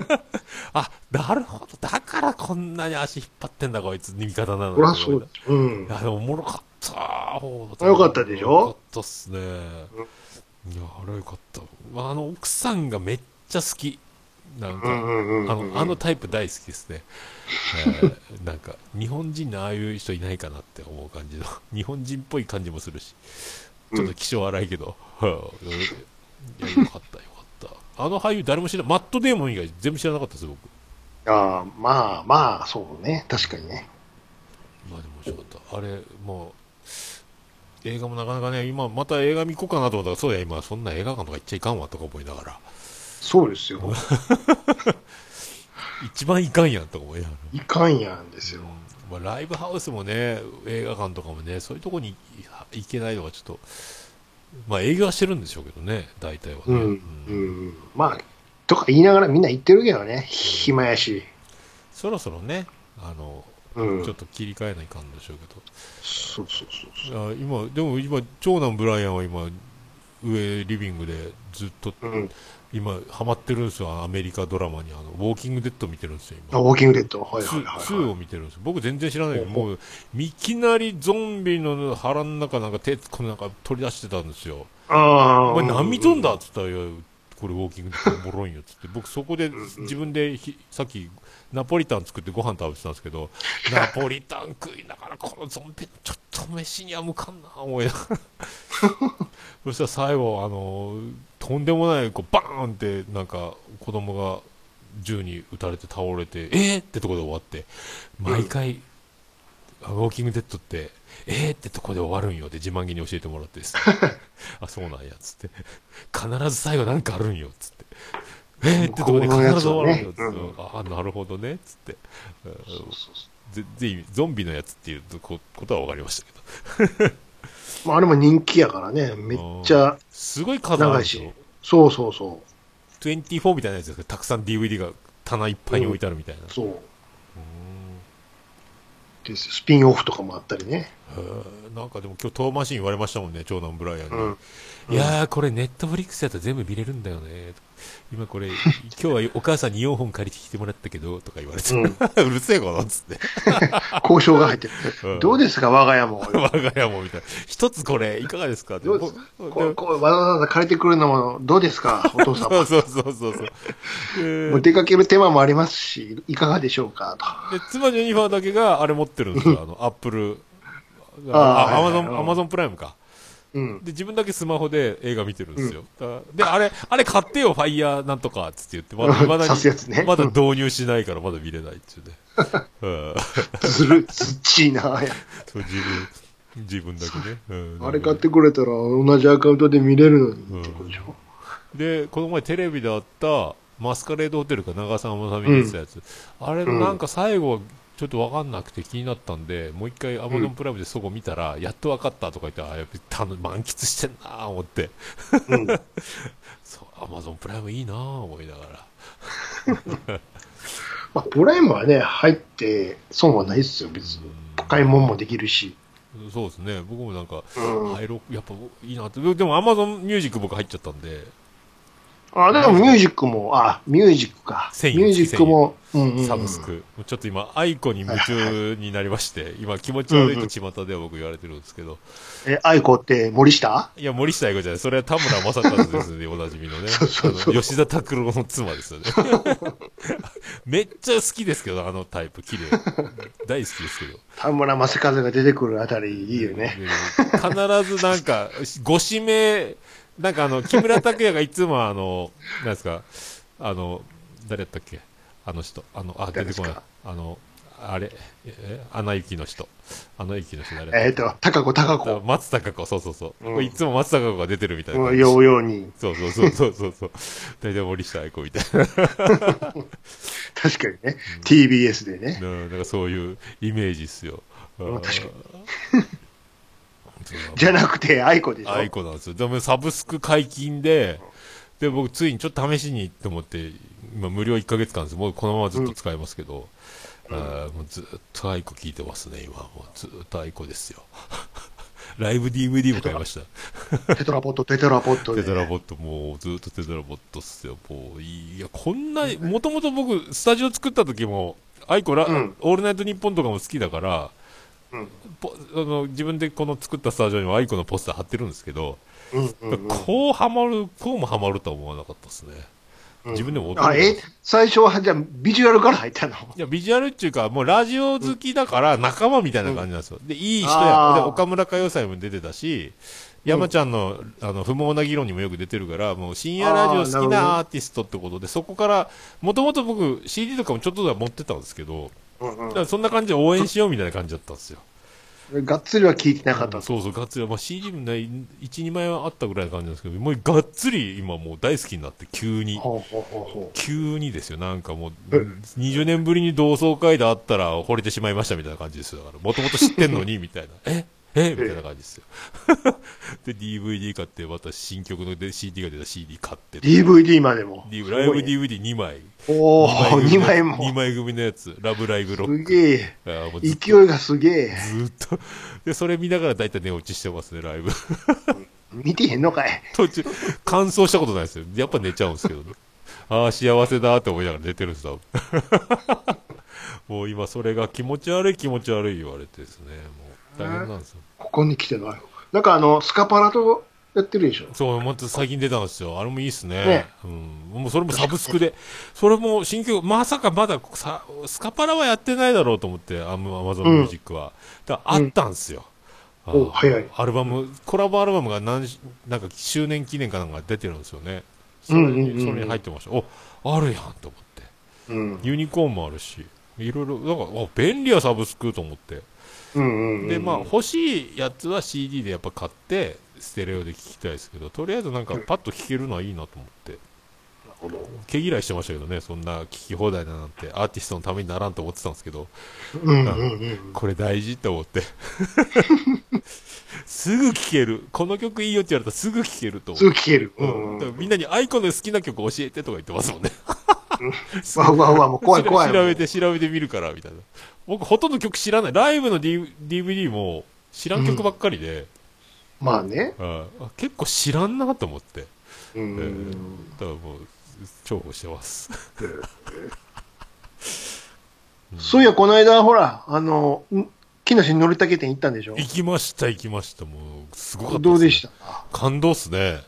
[laughs] あ、なるほど。だからこんなに足引っ張ってんだ、こいつ。味方なのにそらそうだ。うんい。や、でもおもろかった。よよかったでしょよかったっすね。いや、あれよかった。まああの、奥さんがめっちゃ好き。なんか、うんうんうんうんあの、あのタイプ大好きですね。えー [laughs] なんか、日本人のああいう人いないかなって思う感じの。 [laughs] 日本人っぽい感じもするし。ちょっと気性荒いけど。 [laughs] うんいや、よかった、よかった。あの俳優誰も知らない。マットデーモン以外全部知らなかったです、僕。ああ、まあまあ、そうね。確かにね。まあでも面白かった。あれ、もう、映画もなかなかね、今また映画見こうかなと思ったら、そうや、今そんな映画館とか行っちゃいかんわとか思いながら、そうですよ。一番いかんやんとか思いながいかんやんですよ。ら。まあライブハウスもね、映画館とかもね、そういうとこに行けないのがちょっと、まあ営業はしてるんでしょうけどね、大体はね。うん。うん。まあ、とか言いながらみんな言ってるけどね。暇やし。そろそろね、あの、うん。ちそょっうと切り替えないかんでしょうけど。そうそうそう。あ今、でも今、長男ブライアンは今、上リビングでずっとうん。今ハマってるんですよアメリカドラマにあのウォーキングデッド見てるんですよあ、今ウォーキングデッド。はいはいはい、 2, はい。を見てるんですよ僕全然知らないけどほうもういきなりゾンビの腹の中なんか手このなんか取り出してたんですよああ。お前何見とんだうっつったらいやこれウォーキングデッドおもろいんよっつって僕そこで自分でひさっきナポリタン作ってご飯食べてたんですけどナポリタン食いながらこのゾンビちょっと飯には向かんな思いながらそしたら最後あのとんでもないこうバーンってなんか子供が銃に撃たれて倒れてえー、ってとこで終わって毎回、あウォーキングデッドってえー、ってとこで終わるんよって自慢げに教えてもらってです [laughs] ねあそうなんやっつって必ず最後なんかあるんよっつってえー、ってとこで必ず終わるんよっつって、このやつああなるほどねっつって、うんそうそうそぜぜゾンビのやつっていうこことは分かりましたけどうまあ、あれも人気やからね。めっちゃすごい数あるん長いですよし。そうそうそ24みたいなやつですけどたくさん DVD が棚いっぱいに置いてあるみたいな、う。そう。うんですよスピンオフとかもあったりね。へーなんかでも今日トーマシン言われましたもんね長男ブライアンに、うん。いやーこれネットフリックスやったら全部見れるんだよね今 [laughs] これ今日はお母さんに4本借りてきてもらったけどとか言われて、うんうるせえこのっつ [laughs] って交渉が入ってるうん。どうですか、我 [laughs] が家も。我が家もみたいな一つこれいかがですかってどうですか僕こうこうわざわざ借りてくるのも、どうですか、お父さんそもう。そうそうそうそう、えーもう出かける手間もありますし、いかがでしょうか、と。で妻ジェニファーだけがあれ持ってるん [laughs] ですよ、あのアップル、あーあアマゾはいはいンはいアマゾンプライムか、うん。で自分だけスマホで映画見てるんですよ、だからであれ、あれ買ってよ、ファイヤーなんとかっつって言って、まだ未だ刺すやつに、ねまだ導入しないから、まだ見れないっていうね、 [laughs] うん、ずる、ずっちいな。そう自分自分だけね、うんあれ買ってくれたら同じアカウントで見れるのにってことでしょ。で、この前テレビであった、マスカレードホテルか長澤まさみに出てたやつ、あれのなんか最後、ちょっとわかんなくて気になったんで、もう一回アマゾンプライムでそこ見たら、やっとわかったとか言って、あやっぱり満喫してんなぁ思って、うん。そう、アマゾンプライムいいなぁ思いながら。まあ、プライムはね、入って損はないですよ、別に。買い物もできるし。そうですね、僕もなんか、うん。入ろうやっぱいいなって、ででもアマゾンミュージック僕入っちゃったんで、あ、でもミュージックも、あ、ミュージックか。 1000ミ円ュージックも、うんうんうんサブスク、ちょっと今、アイコに夢中になりまして、今、気持ち悪いと巷では僕言われてるんですけど、え、アイコって森下いや、森下愛子じゃない。それは田村正和です [laughs] ね、おなじみのね。そうそうそうあの吉田拓郎の妻です [laughs] よね。めっちゃ好きですけど、あのタイプ、綺麗。大好きですけど。田村正和が出てくるあたりいいよね。で必ずなんか、ご指名、なんかあの、木村拓哉がいつもあの、なんですか、あの、誰やったっけあの人。あの、あ、出てこない誰ですか。あの、あれ、え、アナ雪の人。アナ雪の人誰だっえっ、と、高子高け子松たか子、そうそうそう。うんこれいつも松たか子が出てるみたいなの感じ。ようように。そうそうそうそうそうそう。大体森下愛子みたい確かにね。TBS でね。な。うんなんかそういうイメージっすよ。ん確かにじゃなくて、愛子でしょ。愛子なんですよ。でもサブスク解禁で、で、僕ついにちょっと試しにと思って、今無料1ヶ月間です。もうこのままずっと使えますけど、あーもうずっと愛子 [laughs] [laughs] 聞いてますね、今。もうずっと愛子ですよ。ライブ DVD も買いました。テトラポット、テトラポットテで。トラボット、もうずっとテトラボットっすよ。もういいや、こんな、もともと僕、スタジオ作った時も、アイコラ、うんオールナイトニッポンとかも好きだから、うんポあの自分でこの作ったスタジオにもアイコのポスター貼ってるんですけど、うんうんうんこうはまる、こうもはまるとは思わなかったですね。うん自分でもあえ最初はじゃあビジュアルから入ったのいや、ビジュアルっていうか、もうラジオ好きだから仲間みたいな感じなんですよ。で、いい人や。あーで、岡村歌謡祭も出てたし、山ちゃんの、あの、不毛な議論にもよく出てるから、もう深夜ラジオ好きなアーティストってことで、そこから、もともと僕 CD とかもちょっとずつは持ってたんですけど、うんうんだからそんな感じで応援しようみたいな感じだったんですよ。がっつりは聞いてなかったと。そうそう、がっつり。まあ CD もね、1、2枚はあったぐらいの感じなんですけど、もうがっつり今もう大好きになって、急に。ほうほうほうほ急にですよ、なんかもう、え20年ぶりに同窓会で会ったら、惚れてしまいましたみたいな感じですよ、だから、もともと知ってんのに、みた [laughs] いな、ええみたいな感じですよ。 [laughs] で、DVD 買って、また新曲ので CD が出た CD 買ってう。、DVD までも。 D- ライブ DVD2 枚。おお、2枚組の二も。枚組のやつ、ラブライブロッすク。げえ。あーもうずっと勢いがすげえ。ずっと。で、それ見ながら大体寝落ちしてますね、ライブ。見てへんのかい。途中、感想したことないですよ。やっぱ寝ちゃうんですけどね。ああ、幸せだーって思いながら寝てるんです、多分もう今、それが気持ち悪い、気持ち悪い言われてですね。もう、大変なんですよ。ここに来てない。なんかあの、スカパラとやってるでしょ。そう、また最近出たんですよ。あれもいいっすね。ねうん。もうそれもサブスクで。それも新曲、まさかまださ、スカパラはやってないだろうと思って、アムアマゾンミュージックは。だあったんですよ。あーお早いアルバム、コラボアルバムが何し、なんか周年記念かなんか出てるんですよね。それに,、うんうんうんうんそれに入ってました。お、あるやんと思って。うん。ユニコーンもあるし、いろいろ、なんか、あ便利やサブスクと思って。うんうんうん。で、まあ、欲しいやつは CD でやっぱ買って、ステレオで聴きたいですけど、とりあえずなんかパッと聴けるのはいいなと思って。なるほど。毛嫌いしてましたけどね、そんな聴き放題だなんて、アーティストのためにならんと思ってたんですけど、うんうんうん。これ大事って思って。 [laughs] すぐ聴ける。この曲いいよって言われたらすぐ聴けると思すって。ぐ聞ける。ううんん。だうからんみんなにアイコの好きな曲教えてとか言ってますもんね。わうわうわ、もう怖い怖い。調べて調べてみるから、みたいな。僕ほとんど曲知らない。ライブの D- DVD も知らん曲ばっかりで、まあね。ああ結構知らんなと思って。うん。だからもう、重宝して [laughs] ます。そういや、この間、ほら、あの、ん木梨憲武店行ったんでしょ行きました、行きました。もう、すごかったすねどうでした感動っすね。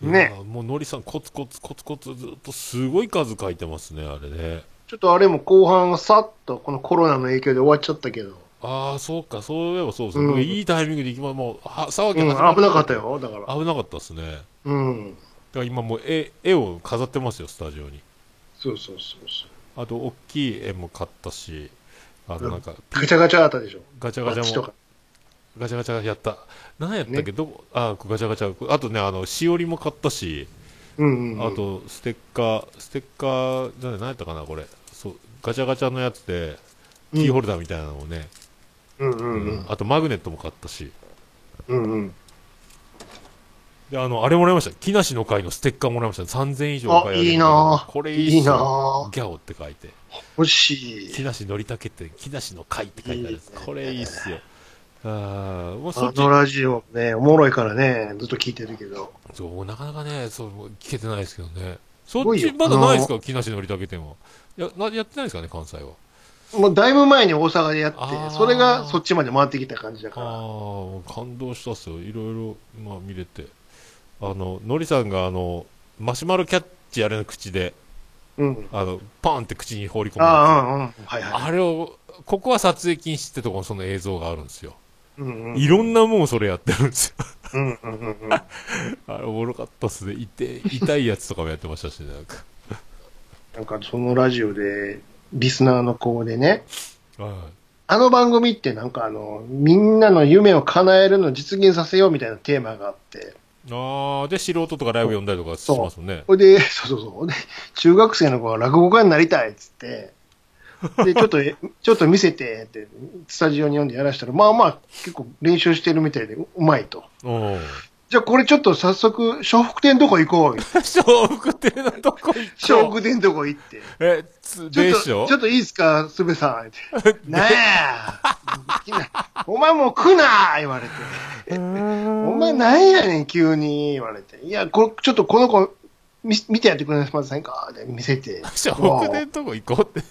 ねいやもうのりさん、コツコツコツコツずっとすごい数書いてますね、あれね。ちょっとあれも後半はさっとこのコロナの影響で終わっちゃったけど、ああ、そうか、そういえばそうですね。うん僕いいタイミングで行きま、もう、は騒うん、ぎ危始なまかったよ、だから。危なかったですね。だかうん。ら今もう絵、絵を飾ってますよ、スタジオに。そうそうそうそあと、大きい絵も買ったし、あうの、んなんか、う。ガチャガチャあったでしょ。ガチャバガチッチャともか。。ガチャガチャやった。何やったっけ、どこ、あ、ガチャガチャ。あとね、あの、しおりも買ったし、うん、うん。あ、と、ステッカー、ステッカーじゃない、何やったかな、これ。そう、ガチャガチャのやつで、キーホルダーみたいなのをね、うんうんううんん。あとマグネットも買ったし、うんうん。で、あの、あれもらいました。木梨の会のステッカーもらいました。3000以上あ買えるいいなぁこれいいっすいいなぁギャオって書いて。欲しい木。梨のりたけって、木梨の会って書いてあるやつ。いいねこれいいっすよ。ああ、もうそあっちのラジオね、おもろいからね、ずっと聞いてるけど。そう、なかなかね、そう、聞けてないですけどね。そっごいちよまだないですか木梨のりたけ店は。や、な、やってないですかね関西は。もうだいぶ前に大阪でやっあーて、それがそっちまで回ってきた感じあだあかー、感動したっすよ。いろいろ、まあ見れて。あの、のりさんがあの、マシュマロキャッチあれの口で、ら。うん。あの、パーンって口に放り込むやつ。ああ、うんうん。はいはあれを、ここは撮影禁止ってところのその映像があるんですよ。い。うんうん。いろんなもんそれやってるんですよ。 [laughs] うんうんうんうん。あれおもろかったっすね。いて、痛いやつとかもやってましたしね、なんか。なんかそのラジオで、リスナーの子でね、はいあの番組ってなんかあの、みんなの夢を叶えるのを実現させようみたいなテーマがあって、ああ、で、素人とかライブ呼んだりとかしそうますもんね。ほいで、そうそうそう、ほいで、中学生の子が落語家になりたいっつって、で、ちょっと、え [laughs] ちょっと見せてって、 [laughs] スタジオに呼んでやらしたら、まあまあ、結構練習してるみたいで、ううまいと。おーじゃあこれちょっと早速、笑福亭のとこ行こう。笑福亭のとこ行笑こう。福亭のとこ行って。え、つ、ちょでっしょと、ちょっといいですか、す [laughs] べさん。ってなあ、きなお前もう来な言われて。お前なんやねん、急に言われて。いや、これ、ちょっとこの子、見見てやってくれませんかで見せて。笑福亭のとこ行こうって。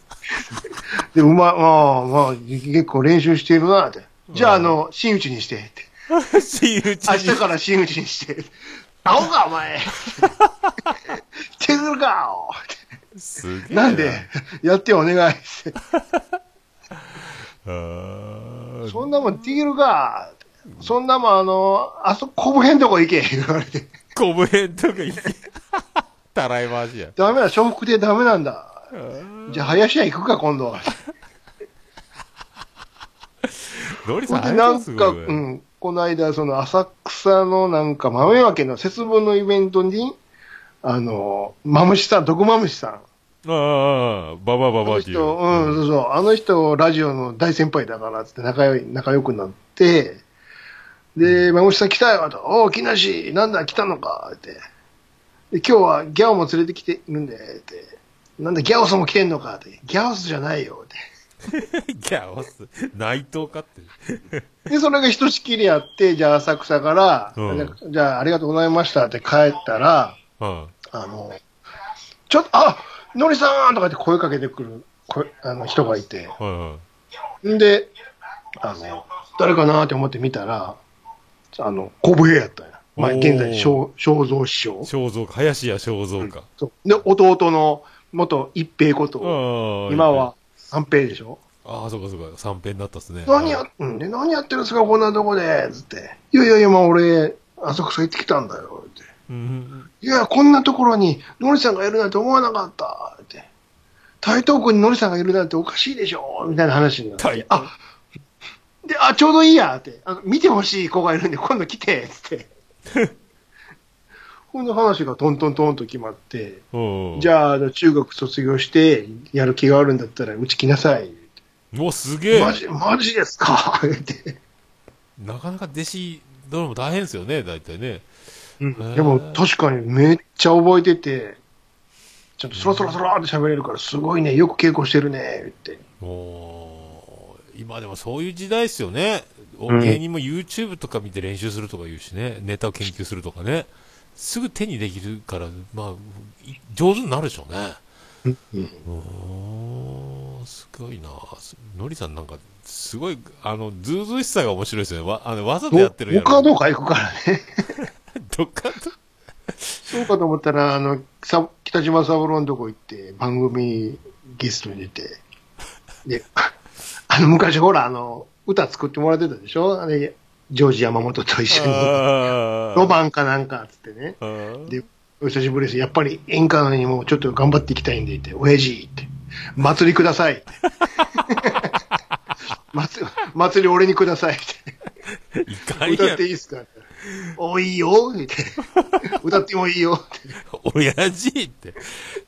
で、うまい、まあまあ、結構練習してるなって。じゃあ、あの、真打ちにして。って私有地明に日から真打ちにして。アホか、お前。手ずるか、おすげえ。なんで、やってお願いって。あーそんなもんできるか。そんなもん、あの、あそこ、こぶへんとこ行け、言われて。コブヘッドがいい。たらい回しや。ダメだ、笑福亭ダメなんだ。じゃあ、林家行くか、今度は。ノリさん、で、あれなもんすか、ごいわ。うん、この間、その、浅草のなんか、豆分けの節分のイベントに、あの、マムシさん、毒マムシさん。ああ、バババあのバっていう。人、うん、そうそう、あの人、ラジオの大先輩だからっつって仲良い、仲良くなって、で、孫下来たよ、と、おう、木梨、なんだ、来たのか、って。で、今日はギャオも連れてきてるんで、って。なんだ、ギャオスも来てんのか、って。ギャオスじゃないよ、っギャオス。内藤かって。 [laughs] て。で、それがひとしきりやって、じゃあ浅草から、うんなんかじゃあありがとうございましたって帰ったら、うん。あの、ちょっと、あ、のりさんとかって声かけてくる、声あの人がいて。うんうん。んで、あの、誰かなって思って見たら、あの、コブヘやったんや。まあ、おー現在、肖肖像師匠。肖像か。林家肖像か。そうで、弟の元一平こと、ああ今は。三平でしょ。ああ、そうかそうか。三平になったっすね。何や、うん、で何やってるんですか、こんなとこで、つって。いやいやいや、まあ俺、浅草行ってきたんだよ、って。うん。いや、こんなところに、のりさんがいるなんて思わなかった、って。台東区にのりさんがいるなんておかしいでしょ、みたいな話になっ台て東。あ、で、あ、ちょうどいいや、って。あの見てほしい子がいるんで、今度来て、つって。 [laughs] こんな話がトントントンと決まって、うんうん。じゃああの、中学卒業して、やる気があるんだったら、うち来なさい。うわ、すげえ。マジ、マジですか、って。なかなか弟子、どれも大変ですよね、大体ね。うんでも確かにめっちゃ覚えてて、ちょっとそろそろそろって喋れるから、すごいね、よく稽古してるね、って。もう、今でもそういう時代ですよね。おうん芸人も YouTube とか見て練習するとか言うしね、ネタを研究するとかね。すぐ手にできるから、まあ、い上手になるでしょうね。おーすごいなすのりさんなんか、すごい、あの、ずうずうしさが面白いですね。わ、あの、わざとやってるや僕はろ。どうか行くからね。どっか [laughs] と。そうかと思ったら、あの、さ北島三郎のとこ行って、番組ゲストに出て、で、 [laughs] あの、昔ほら、あの、歌作ってもらってたでしょあれ、ジョージ山本と一緒に。あロバンかなんか、つってね。あーで、お久しぶりです。やっぱり演歌のにもちょっと頑張っていきたいんでって、親父って、祭りください [laughs] って。祭り祭り俺にくださいって。いかん歌っやていいですかっておいいよって。歌ってもいい [laughs] よって。 [laughs] 親父って。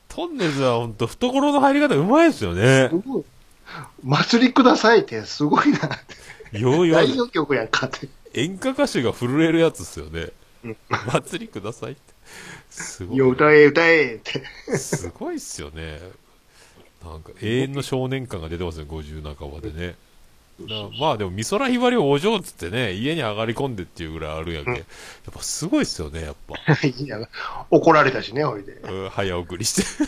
トンネルズは本当懐の入り方うまいですよね。祭りくださいってすごいなって。よう言わ代ない表曲やんかって。演歌歌手が震えるやつっすよね。祭りくださいって。すいや、ごい。歌え、歌え [laughs] って。すごいっすよね。なんか永遠の少年感が出てますね、50半ばでね。だからまあでも、美空ひばりお嬢っつってね、家に上がり込んでっていうぐらいあるやんけ。やっぱすごいっすよね、やっぱ。 [laughs] いや怒られたしね、おいで。うん早送りして。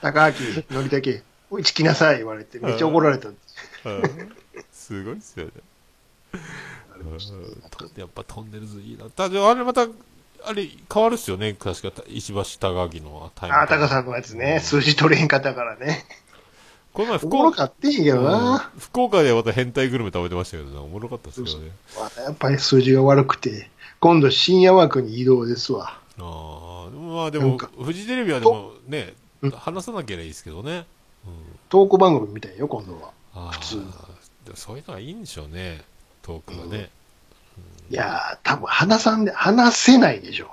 高明、のりたけ、うち来なさい言われて、めっちゃ怒られた。うんすごいっすよね。うんとやっぱトンネルズいいな。ただ、あれまた、あれ変わるっすよね、確か。石橋貴明のタイムあ、タカさんのやつね、数字取れへんかったからね。この前お福もろ岡かってんやけどな。うん福岡でまた変態グルメ食べてましたけどね、おもろかったですけどね。やっぱり数字が悪くて、今度深夜枠に移動ですわ。ああ、まあでなもんか、フジテレビはでもね、話さなきゃいいですけどね。トーク番組みたいよ、今度は。ああ普通でもそういうのがいいんでしょうね、トークがね。いやー、多分話さんで、話せないでしょ。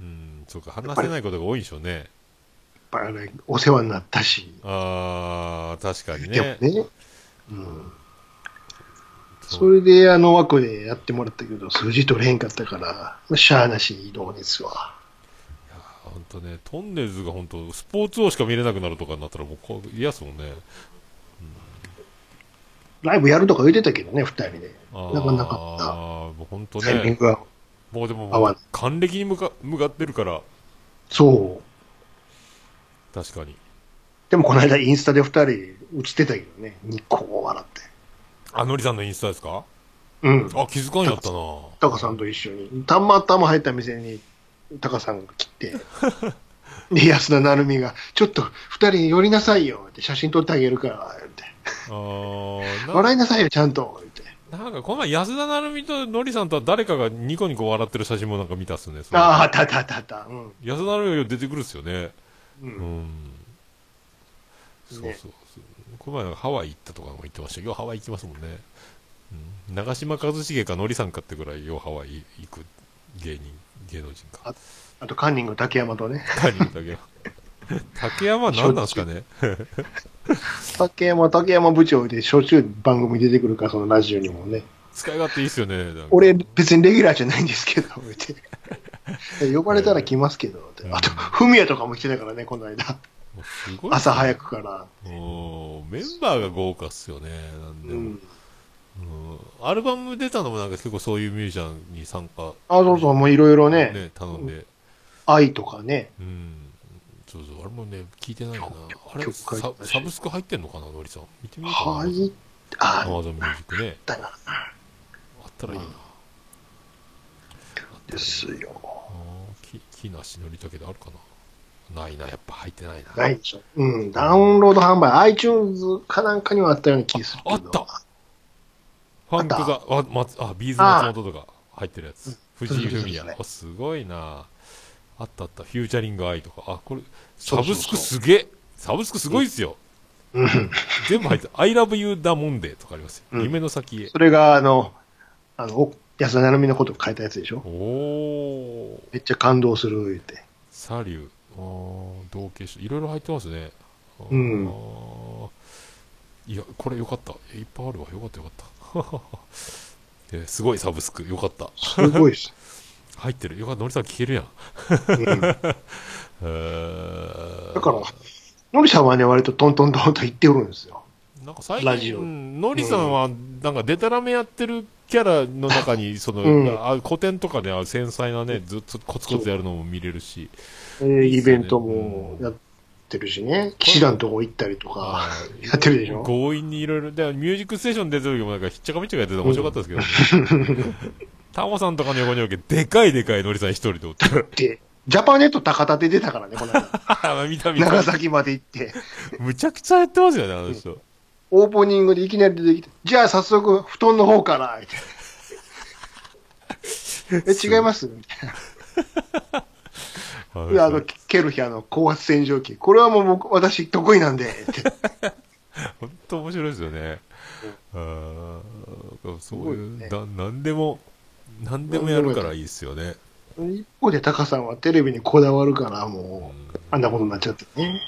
うん、そうか、話せないことが多いんでしょうね。やっぱりねお世話になったし。ああ、確かにでもね。ね、うん。それで、あの枠でやってもらったけど、数字取れへんかったから、まあ、しゃあなし移動ですわ。本当ね、トンネルズが本当、スポーツ王しか見れなくなるとかになったら、もうこう嫌っすもんね。ライブやるとか言ってたけどね、二人で。あなかなかったあ、もう本当タイミンね、グが。もうでも合もわうない、還暦に向か向かってるから、そう。確かに。でもこの間インスタで二人映ってたけどね、ニッコ笑って。あのりさんのインスタですかうん。あ、気づかんやったな。タカさんと一緒に。たまたま入った店にタカさんが [laughs] 来て、で、安田成美が、ちょっと二人に寄りなさいよって写真撮ってあげるから、言って。あーな笑いなさいよ、ちゃんと、言って。なんかこの前、安田成美とのりさんとは誰かがニコニコ笑ってる写真もなんか見たっすね。そのああ、たたたた。うん。安田成美が出てくるっすよね。う。うんん。そうそうそう。この前、ハワイ行ったとかも言ってましたけど、ようハワイ行きますもんね。うん、長嶋一茂かのりさんかってぐらい、ようハワイ行く芸人、芸能人 [laughs] か。あとカンニング竹山とね。カニ竹山。竹山は何なんですかね。竹山、竹山部長でしょっちゅう番組出てくるから、そのラジオにもね。使い勝手いいっすよね。なんか俺、別にレギュラーじゃないんですけど、言って。 [laughs] 呼ばれたら来ますけど、ってうんあと、フミヤとかも来てたからね、この間。もうすごいっすね朝早くから。もうメンバーが豪華っすよね、なんでうも、ん。うんアルバム出たのもなんか結構そういうミュージシャンに参加、あ、そうそう、もういろいろね、ね、頼んで、愛とかね、うん、そうそう、あれもね、聞いてないな、あれ曲書いてサた、しサブスク入ってんのかな、のりさん、見てみようかな、はい、アあマゾンミュージックね、ったな、あったらいいな、うんあですよ。ーき木梨憲武であるかな、ないな、やっぱ入ってないな、ないでしょ。うん、ダウンロード販売、iTunes かなんかにはあったような気がするけど。あったファンクあが、あ、松あビーズあー松本とか入ってるやつ。藤井フミヤ。そうそうそうあすごいなあったあった。フューチャリングアイとか。あ、これ、サそうブそうそうスクすげえ。サブスクすごいっすよ。うん。全部入って、I love you だもんでとかありますよ。うん夢の先へ。それが、あの、あの、お安田成美のことを書いたやつでしょお。ー。めっちゃ感動する、言って。サリュー。あー同系種。いろいろ入ってますね。あーうんいや、これよかった。いっぱいあるわ。よかったよかった。 [laughs] えすごいサブスク。よかった。すごい [laughs] です。入ってる。よかった。のりさん聞けるやん。うん。だ [laughs] えーから、のりさんはね、割とトントントンと言っておるんですよ。なんか最ラジ近、オうんのりさんは、なんか、でたらめやってるキャラの中に、その、うんあ古典とかで、あ繊細なね、ずっとコツコツやるのも見れるし、えーイベントもやってるしね、騎士団のとこ行ったりとか、あーやってるでしょ強引にいろいろ、で、ミュージックステーション出てる時も、なんか、ひっちゃかめっちゃかやってて面白かったですけどね。 [laughs] タモさんとかの横におけ、でかいでかいのりさん一人でおって。 [laughs] で、ジャパネット高田で出たからね、この [laughs] 間。あ見た見長た。崎まで行って、むちゃくちゃやってますよね、あの人。オープニングでいきなり出てきて、じゃあ早速、布団の方 [laughs] から、みたいなえ、違いますみたいあのなであの、ケルヒャの高圧洗浄機。これはもう僕、私得意なんで、って。本当面白いですよね。あーそういすごいねう、な何でも、何でもやるからいいですよね。一方でタカさんはテレビにこだわるから、うもう、んあんなことになっちゃってね。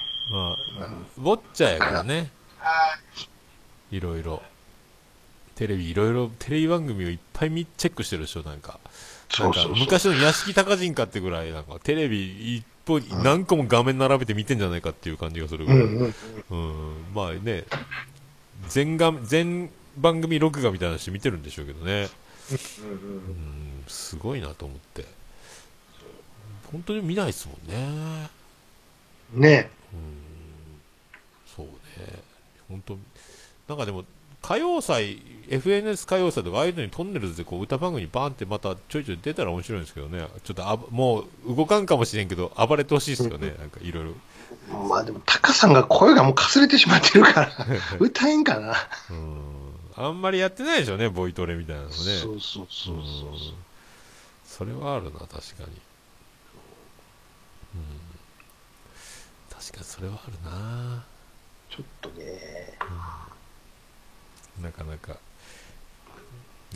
まあ、ボッチャやからね。いろいろ。テレビいろいろ、テレビ番組をいっぱい見チェックしてるでしょ、なんか。そうそうなんそう。か昔の屋敷隆人かってぐらい、なんかテレビ一本、何個も画面並べて見てんじゃないかっていう感じがするぐうらんい。うん。うんまあね、全画面、全番組録画みたいなのして見てるんでしょうけどね。うん、すごいなと思って。本当に見ないですもんね。ねそうね、本当、なんかでも、歌謡祭、FNS 歌謡祭とか、ああいうのにトンネルズでこう歌番組にバーンってまたちょいちょい出たら面白いんですけどね、ちょっとあもう動かんかもしれんけど、暴れてほしいですよね、なんかいろいろ、まあでも、タカさんが声がもうかすれてしまってる [laughs] から、歌えんかな。うん、あんまりやってないでしょうね、ボイトレみたいなのね、そうそうそうそうそう。それはあるな、確かに。うん確かにそれはあるなちょっとね、なかなか。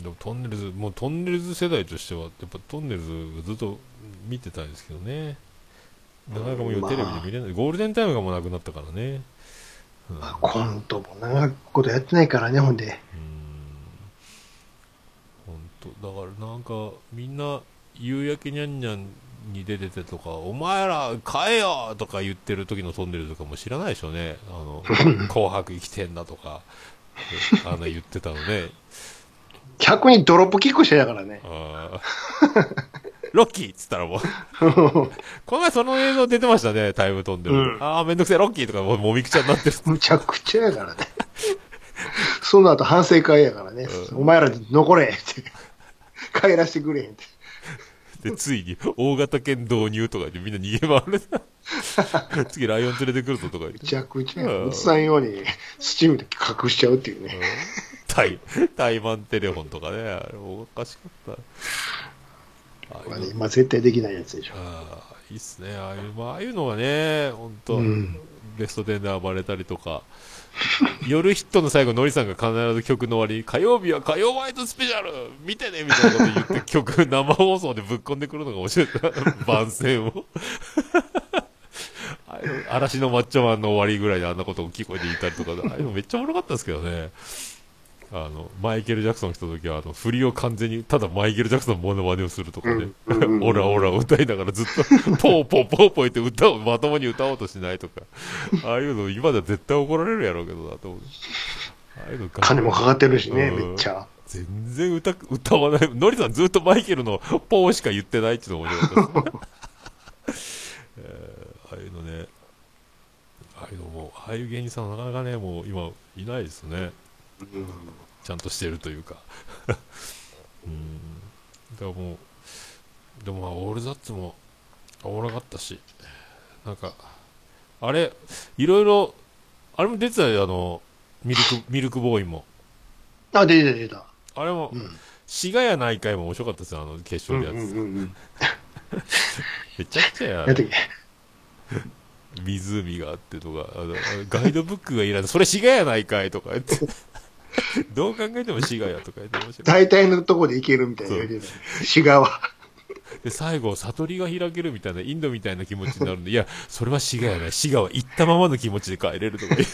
でもトンネルズ、もうトンネルズ世代としては、やっぱトンネルズずっと見てたんですけどね。なかなかもうまあテレビで見れない。ゴールデンタイムがもうなくなったからね。うんまあ、コントも長いことやってないからね、ほんで。うんと、だからなんか、みんな、夕焼けにゃんにゃんに出ててとか、お前ら買えよとか言ってる時のトンネルとかも知らないでしょうね。あ [laughs] の、紅白生きてんだとか、えあの言ってたのね。逆にドロップキックしてたからね。あーロッキーっつったらもう、この前その映像出てましたね、タイムトンネル。うんああ、めんどくせえ、ロッキーとかもうもみくちゃになってる。むちゃくちゃやからね。その後反省会やからね。お前ら残れって。帰らせてくれへんって。で、ついに、大型犬導入とかでみんな逃げ回る。次ライオン連れてくるぞとか言っむて。ちゃくちゃやうん映さんように、スチームで隠しちゃうっていうね。台、台湾テレフォンとかね、あれおかしかった。あこれあねいうの今絶対できないやつでしょ。あーいいっすね。ああいうまあああいうのはね、本当、うんベスト10で暴れたりとか。夜ヒットの最後、ノリさんが必ず曲の終わりに、火曜日は火曜ワイドスペシャル見てねみたいなこと言って [laughs] 曲、生放送でぶっ込んでくるのが面白い。 [laughs] 番宣を。 [laughs] ああいうの嵐のマッチョマンの終わりぐらいであんなことを大きい声で言ったりとか、ああいうのめっちゃおもろかったですけどね。あの、マイケル・ジャクソン来た時は、あの、振りを完全に、ただマイケル・ジャクソンのモノマネをするとかね、うんうんうんオラオラを歌いながらずっと、 [laughs] ポーポーポーポー言って歌を、まともに歌おうとしないとか、ああいうの今では絶対怒られるやろうけどな、と思う。ああいうのが金もかかってるしね、うんめっちゃ。全然歌、歌わない。ノリさんずっとマイケルのポーしか言ってないっていうのが面白かったです、えーああいうのね、ああいうのも、ああいう芸人さんなかなかね、もう今いないですね。ちゃんとしてるというか。 [laughs] うん。だからもう、でもまあ、オールザッツも、おもろかったし、なんか、あれ、いろいろ、あれも出てたよ、あの、ミルク、ミルクボーイも。あ、出てた出てた。あれもう、ん。死がやないかいも面白かったですよ、あの決うん勝うのやつ。んうんうん。めちゃくちゃややってけ。湖があってとか、あのあのガイドブックがいらない、それ死がやないかいとか言っ [laughs] て、どう考えても死がやとか言って面白い。大体のとこでいけるみたいな言うてたね。シガは。で、最後、悟りが開けるみたいな、インドみたいな気持ちになるんで、いや、それは滋賀やない。滋賀は行ったままの気持ちで帰れるとか言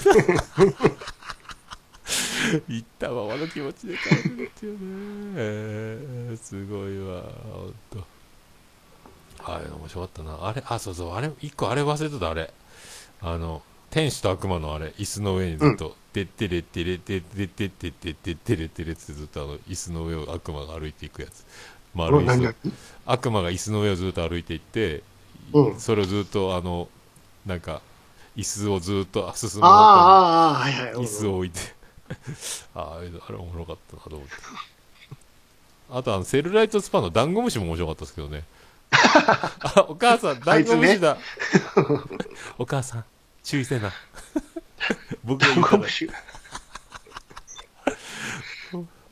う行ったままの気持ちで帰れるっていうね。えーすごいわ、ほんと。あれ、面白かったな。あれ、あ、そうそう、あれ、一個あれ忘れてた、あれ。あの、天使と悪魔のあれ、椅子の上にずっと、てってれってれてってってってってってってれってれってずっとあの、椅子の上を悪魔が歩いていくやつ。丸い椅何子々を悪魔が椅子の上をずっと歩いていって、うんそれをずっとあのなんか椅子をずっと進む方ああ、ああ、はいはい。向に椅子を置いて [laughs] あーあれおもろかったなと思ってあとあのセルライトスパのダンゴムシも面白かったですけど [laughs] ねあお母さんダンゴムシだ、 [laughs] お母さん注意せな僕がダン言うかゴらムシ。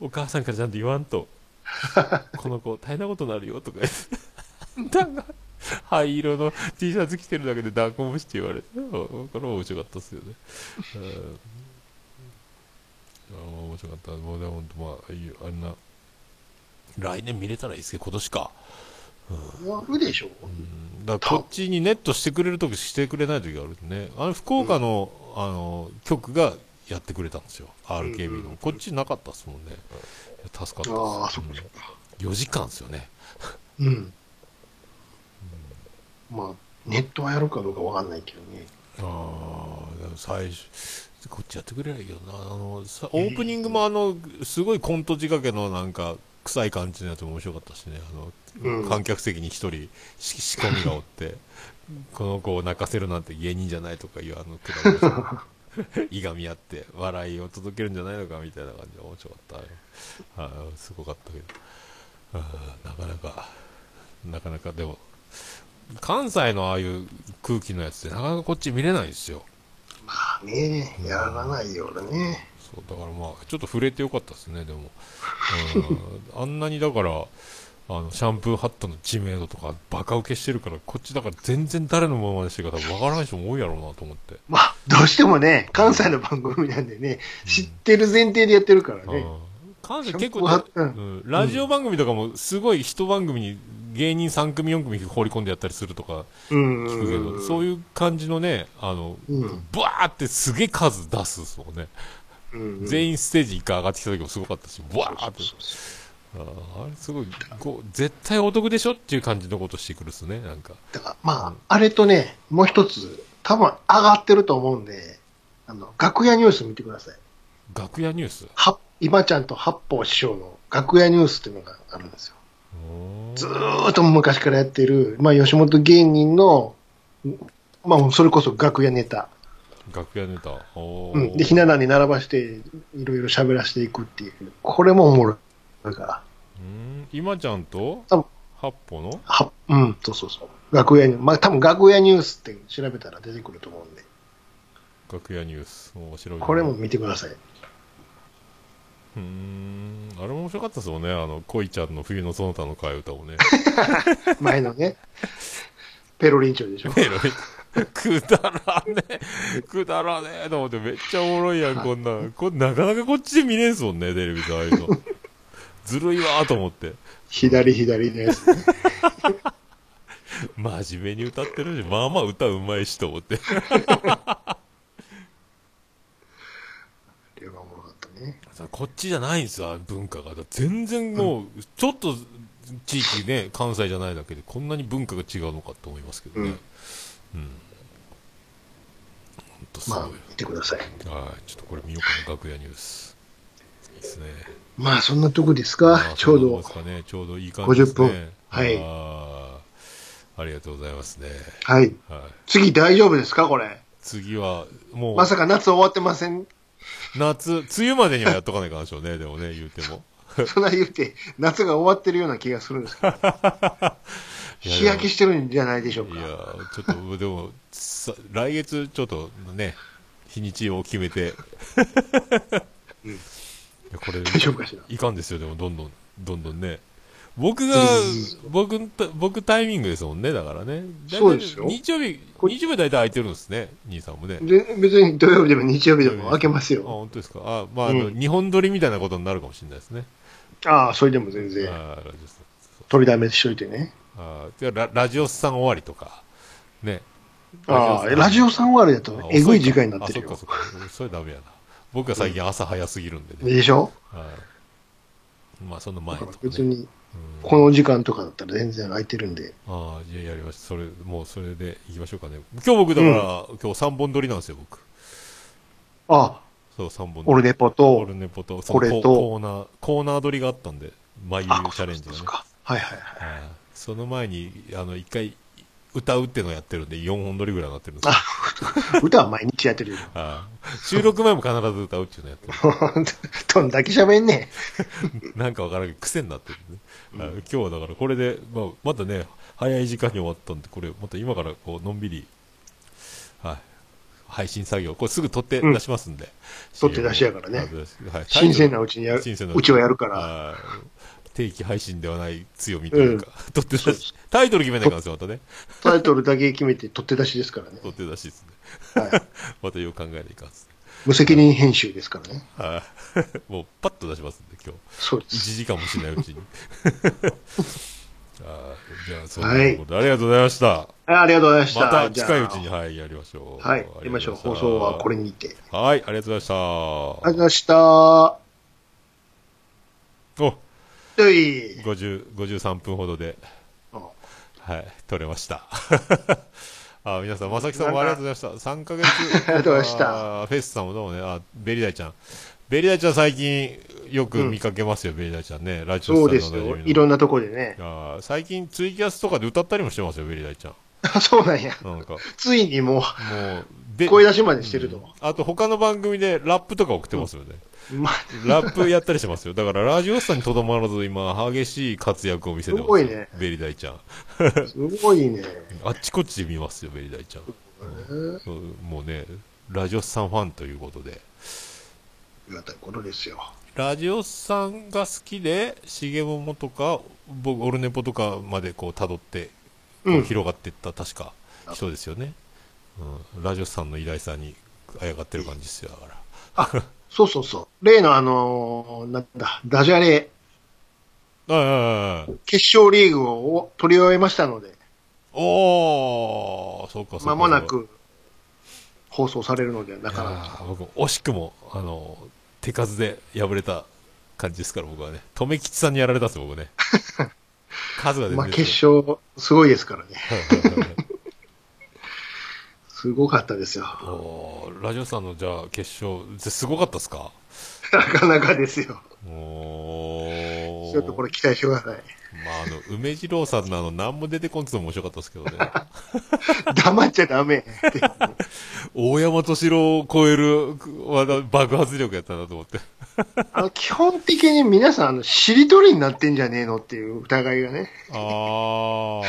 [laughs] お母さんからちゃんと言わんとこの子大変なことになるよとか言って [laughs] なんか灰色の T シャツ着てるだけでダンゴムシって言われてうんこれも面白かったですよね、うんいや面白かったもうでも本当まあいいよあんな来年見れたらいいですけど今年かわるでしょ。うんだからこっちにネットしてくれるときしてくれないときがあるんでねあの福岡の,、あの局がやってくれたんですよ RKB の、うんこっちなかったですもんねいや助かったああ、ですそっかそっか。 4時間ですよね。うん。まあ、ネットはやるかどうかわかんないけどね。ああ、でも最初、こっちやってくれないけどな。あの、さオープニングもあの、すごいコント仕掛けのなんか、臭い感じのやつも面白かったしね。あの、うん観客席に一人し仕込みがお [laughs] って、この子を泣かせるなんて芸人じゃないとかいうあのくだりも [laughs] いがみ合って、笑いを届けるんじゃないのかみたいな感じで面白かったあれ。あーすごかったけど。あーなかなか、なかなか、でも、関西のああいう空気のやつってなかなかこっち見れないんですよ。まあね、やらないよ俺ね。そうだからまあちょっと触れてよかったですねでもうんあ [laughs] んなにだからあのシャンプーハットの知名度とかバカ受けしてるからこっちだから全然誰のものまでしてるか多分わからない人も多いやろうなと思って、まあ、どうしてもね、関西の番組なんでね、知ってる前提でやってるからね。うん関西結構、シャンねプーハットうんラジオ番組とかもすごい一番組に芸人3組4組放り込んでやったりするとかうん。聞くけど、そういいう感じのねあの、うんブワーってすげえ数出すそうね、うん、全員ステージ1回上がってきた時もすごかったしブワーってそうそうそうあーあれすごいこう絶対お得でしょっていう感じのことしてくるっすねなんかだから、まあ、あれとね、もう一つ、多分上がってると思うんで、あの、楽屋ニュース見てください。楽屋ニュースは、今ちゃんと八方師匠の楽屋ニュースっていうのがあるんですよ。おーずーっと昔からやってる、まあ、吉本芸人の、まあ、それこそ楽屋ネタ。楽屋ネタおーうん。で、ひな壇に並ばして、いろいろ喋らせていくっていう。これもおもろいから。うん今ちゃんと多分八方のは、うん、そうそうそう。楽屋に、まあ、多分楽屋ニュースって調べたら出てくると思うんで、楽屋ニュース面白いなこれも見てください。うーんあれも面白かったですよねあの恋ちゃんの冬のその他の替え歌をね [laughs] 前のね、ペロリンチョでしょ。ペロリくだらねえくだらねえと思ってめっちゃおもろいやんこんなんこれなかなかこっちで見れんすもんねテレビでああいうのずるいわーと思って左左のやつ、ね。真面目に歌ってるしまあまあ歌うまいしと思 [laughs] ってあれがおもろかったね。こっちじゃないんですよ文化が全然もう、ちょっと地域ね関西じゃないだけでこんなに文化が違うのかと思いますけどねうん、ほんとすごい、まあ、見てください。はい、ちょっとこれ見ようかな、楽屋ニュース。いいですね。まあ、そんなとこですまかあ、ちょうんなもんどで。すかね、ちょうどいい感じですね。 50分はいあーありがとうございますね。はい。はい、次大丈夫ですかこれ。次は、もう、まさか夏終わってま [laughs] せん。夏、梅雨までにはやっとかないかんでしょうね、でもね、言うても。そんな言うて、夏が終わってるような気がするんですけ [laughs] ど。いや日焼けしてるんじゃないでしょういやか。ーちょっと、でも、さ来月、ちょっとね、日にちを決め [laughs] て。いやこれ、大丈夫かしら。いかんですよ、でも、どんどん、どんどんね。僕がず、僕んた、僕タイミングですもんね、だからね。だいたいそうですよ日曜日、こ日曜日は大体空いてるんですね、兄さんもね。で別に土曜日でも日曜日でも開けますあ、よ。本当ですか。あ、まあ、あの、うん日本撮りみたいなことになるかもしれないですね。ああ、それでも全然。あーラジオスさん取りだめしといてね。あーてかララジオスさん終わりとか。ね。ああ、ラジオさんさんはあれだと、えぐい時間になってるあ、よそっ。かそっか。それダメやな。僕は最近朝早すぎるんでね。でしょはいまあ、そのだ前かとらか別ね。に、この時間とかだったら全然空いてるんで。ああ、じゃあやりました。それ、もうそれで行きましょうかね。今日僕だから、今日3本撮りなんですよ、僕。ああ、そう、3本撮オルり。ネポオと、ルネポと、これそのとココーナー、コーナー撮りがあったんで、眉あ、チャレンジがねそう。か。はいはいはい。ああその前に、あの、一回、歌うってのをやってるんで、4本撮りぐらいになってるんですよ。歌は毎日やってるよ。 [laughs] ああ収録前も必ず歌うっていうのやってる。どんだけ喋んねなんかわからんけど、癖になってるね。ああ今日はだから、これで、まあ、またね、早い時間に終わったんで、これ、また今から、こう、のんびり、はい、配信作業、これすぐ取って出しますんで。撮って出しやからね CM を。はい、新鮮なうちにやる新鮮なうちはやるからはい定期配信ではない強みというか、取ってそう出でしす、タイトル決めないかんですよ、またね。え。タイトルだけ決めて取って出しですからね。取って出しですね。はい。またよう考えないかんですね。無責任編集ですからね。はい [laughs] もうパッと出しますんで、今日。そうです。 1時間もしないうちに。 [laughs] あーじゃあ、そんはないことで、ありがとうございました。あありがとうございました。また近いうちじに、ゃあはい、やりましょう。はい。やりましょう。放送はこれにて。ありがはい、ありがとうございました。とうございました。お、うい。 50、53分ほどで、あはい、取れました。 [laughs] あ、皆さん、まさきさんもありがとうございました。3ヶ月。 [laughs] ありがとうございましたあー。フェスさんもどうもね、あ、ベリダイちゃん。ベリダイちゃん最近よく見かけますよ、ベリダイちゃんね。ラジオそスうターのおですなじみのよ。いろんなとこでね。あー最近ツイキャスとかで歌ったりもしてますよ、ベリダイちゃん。あそうなんや。なんか、もついにもう、う、で声出しまでしてると。あと他の番組でラップとか送ってますよね。まあ、ラップやったりしてますよ。だからラジオスタにとどまらず今、激しい活躍を見せてますよ。すごいねベリダイちゃん。すごいね。あっちこっちで見ますよ、ベリダイちゃん。うんもうね、ラジオスさんファンということで。ありがたいことですよ。ラジオさんが好きで、しげももとか、僕、オルネポとかまでこう、辿って、こううん広がっていった、確か、人ですよね。うん。ラジオさんの偉大さに、あやがってる感じですよ、だから。そうそうそう。例のあのーなんだ、ダジャレ、ああ、決勝リーグを取り終えましたので、おー、そうか、そうか。まもなそうく放送されるので、なか。かいなやか。ー僕、惜しくも、あの、手数で敗れた感じですから、僕はね。留吉さんにやられたんです、僕 [laughs] ね。数が出てまあ、決勝、すごいですからね。すごかったですよ。おーラジオさんの、じゃあ、決勝、ぜすごかったっすかなかなかですよ。おーちょっとこれ期待してください。まあ、あの、梅次郎さんのあの、何も出てこんつのも面白かったですけどね。 [laughs] 黙っちゃダメ。 [laughs] 大山敏郎を超える、あの爆発力やったなと思って。あの基本的に皆さん、あの、しりとりになってんじゃねえのっていう疑いがね。あ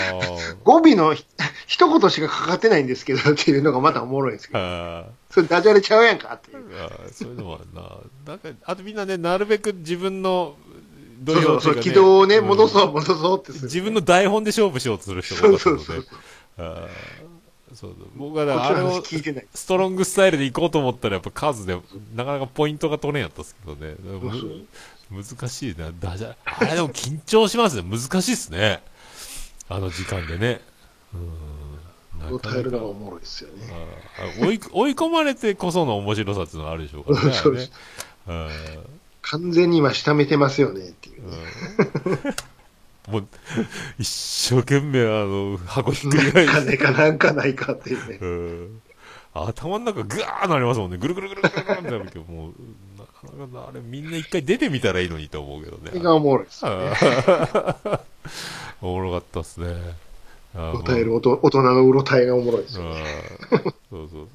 語尾のひ一言しかかかってないんですけどっていうのがまたおもろいんですけあ。ど。 [laughs] あーそれダジャレちゃうやんかっていう。あーそういうのもあるな。なんか、あとみんなね、なるべく自分の土そうそうそう、ね軌道をね、ん戻そう、戻そうってする。自分の台本で勝負しようとする人が多かったのでそうそうあそ。ーそうそう僕はだこからあっちれの話を聞いてない。ストロングスタイルで行こうと思ったらやっぱ数でなかなかポイントが取れんやったんですけどね。そうそむ難しいな。ダジャあれでも緊張しますね。難しいっすね。あの時間でね。うん。なかな耐えるかのがおもろいですよね。あ追い追い込まれてこその面白さっていうのはあるでしょうからね。そうですあれね完全に今下見てますよねっていう。うん。もう、一生懸命あの、箱ひっくり返 [laughs] なしんて、かねかなんかないかっていうね。うん。頭の中ぐわーなりますもんね。ぐるぐるぐるぐるぐるってなるけど、もう、なかなかな、あれみんな一回出てみたらいいのにと思うけどそれね。がおもろいです。あおもろかったっすね。あ耐えるおと大人のうろたえがおもろいですよ。うんそうそうそう。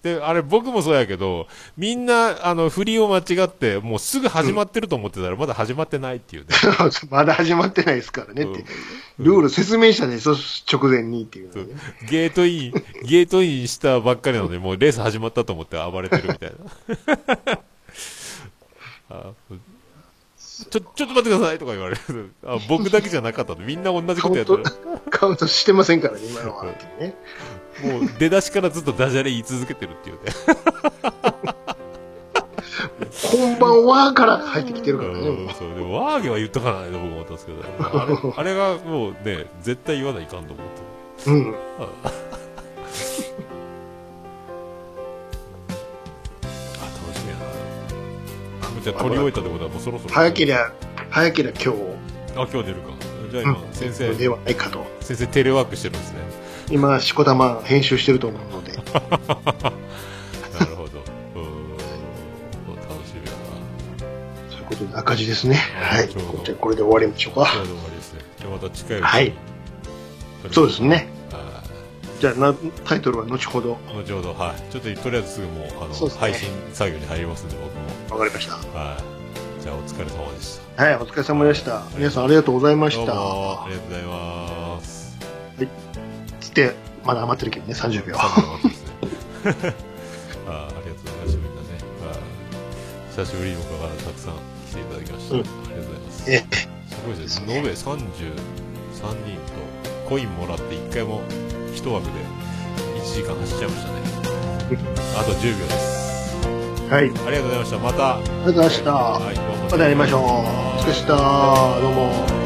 で、あれ、僕もそうやけど、みんな、あの、振りを間違って、もうすぐ始まってると思ってたら、まだ始まってないっていうね。 [laughs] まだ始まってないですからねって。ルール説明したで、そ直前にっていうそのうね。ゲートイン、ゲートインしたばっかりなのに、もうレース始まったと思って暴れてるみたいな。あちょ、ちょっと待ってくださいとか言われる。あ僕だけじゃなかったの。みんな同じこカとやウンってトる。、カウントしてませんからね、今のはっていうね。もう出だしからずっとダジャレ言い続けてるっていうね。こんばんはから入ってきてるからね。うん、もそうでもワーゲは言っとかないと僕思ったんですけど、あれあれ [laughs] がもうね、絶対言わないかんと思って。ううん。あ、楽しみやな。じゃあ取り終えたってことはもうそろそろ。早けりゃ、早けりゃ今あ、今日出るか。じゃあ今、先日で生、はないかと。先生テレワークしてるんですね。今、しこたま編集してると思うの [laughs] で。なるほど。うーん、楽しみやそういうことで赤字ですね。ははいい。じゃあこれで終わりましょうな。今か。日で終わりですね。じゃあまた近いうちにはい。そうですね。あじゃあな、タイトルは後ほど。ー。後ほど、はい。ちょっととりあえずすぐもう、あの、そうですね配信作業に入りますんで、僕も。わかりました。はい。じゃあお疲れ様でした。はい、お疲れ様でした。皆さんありがとうございましどうもたあ。りがとうございます。つって、まだ余ってるけどね、30 [laughs] 秒。寒かったですねあーありがとうございます。久しぶりだね。あー久しぶりに僕からたくさん来ていただきました。うんありがとうございます。えすごいですね。で延べ33人とコインもらって1回も1枠で1時間走っちゃいましたね。あと10秒です。はい。あありりがとうございました。また。がとうございました。はい、またやりましょう。お疲れ様でした。どうも。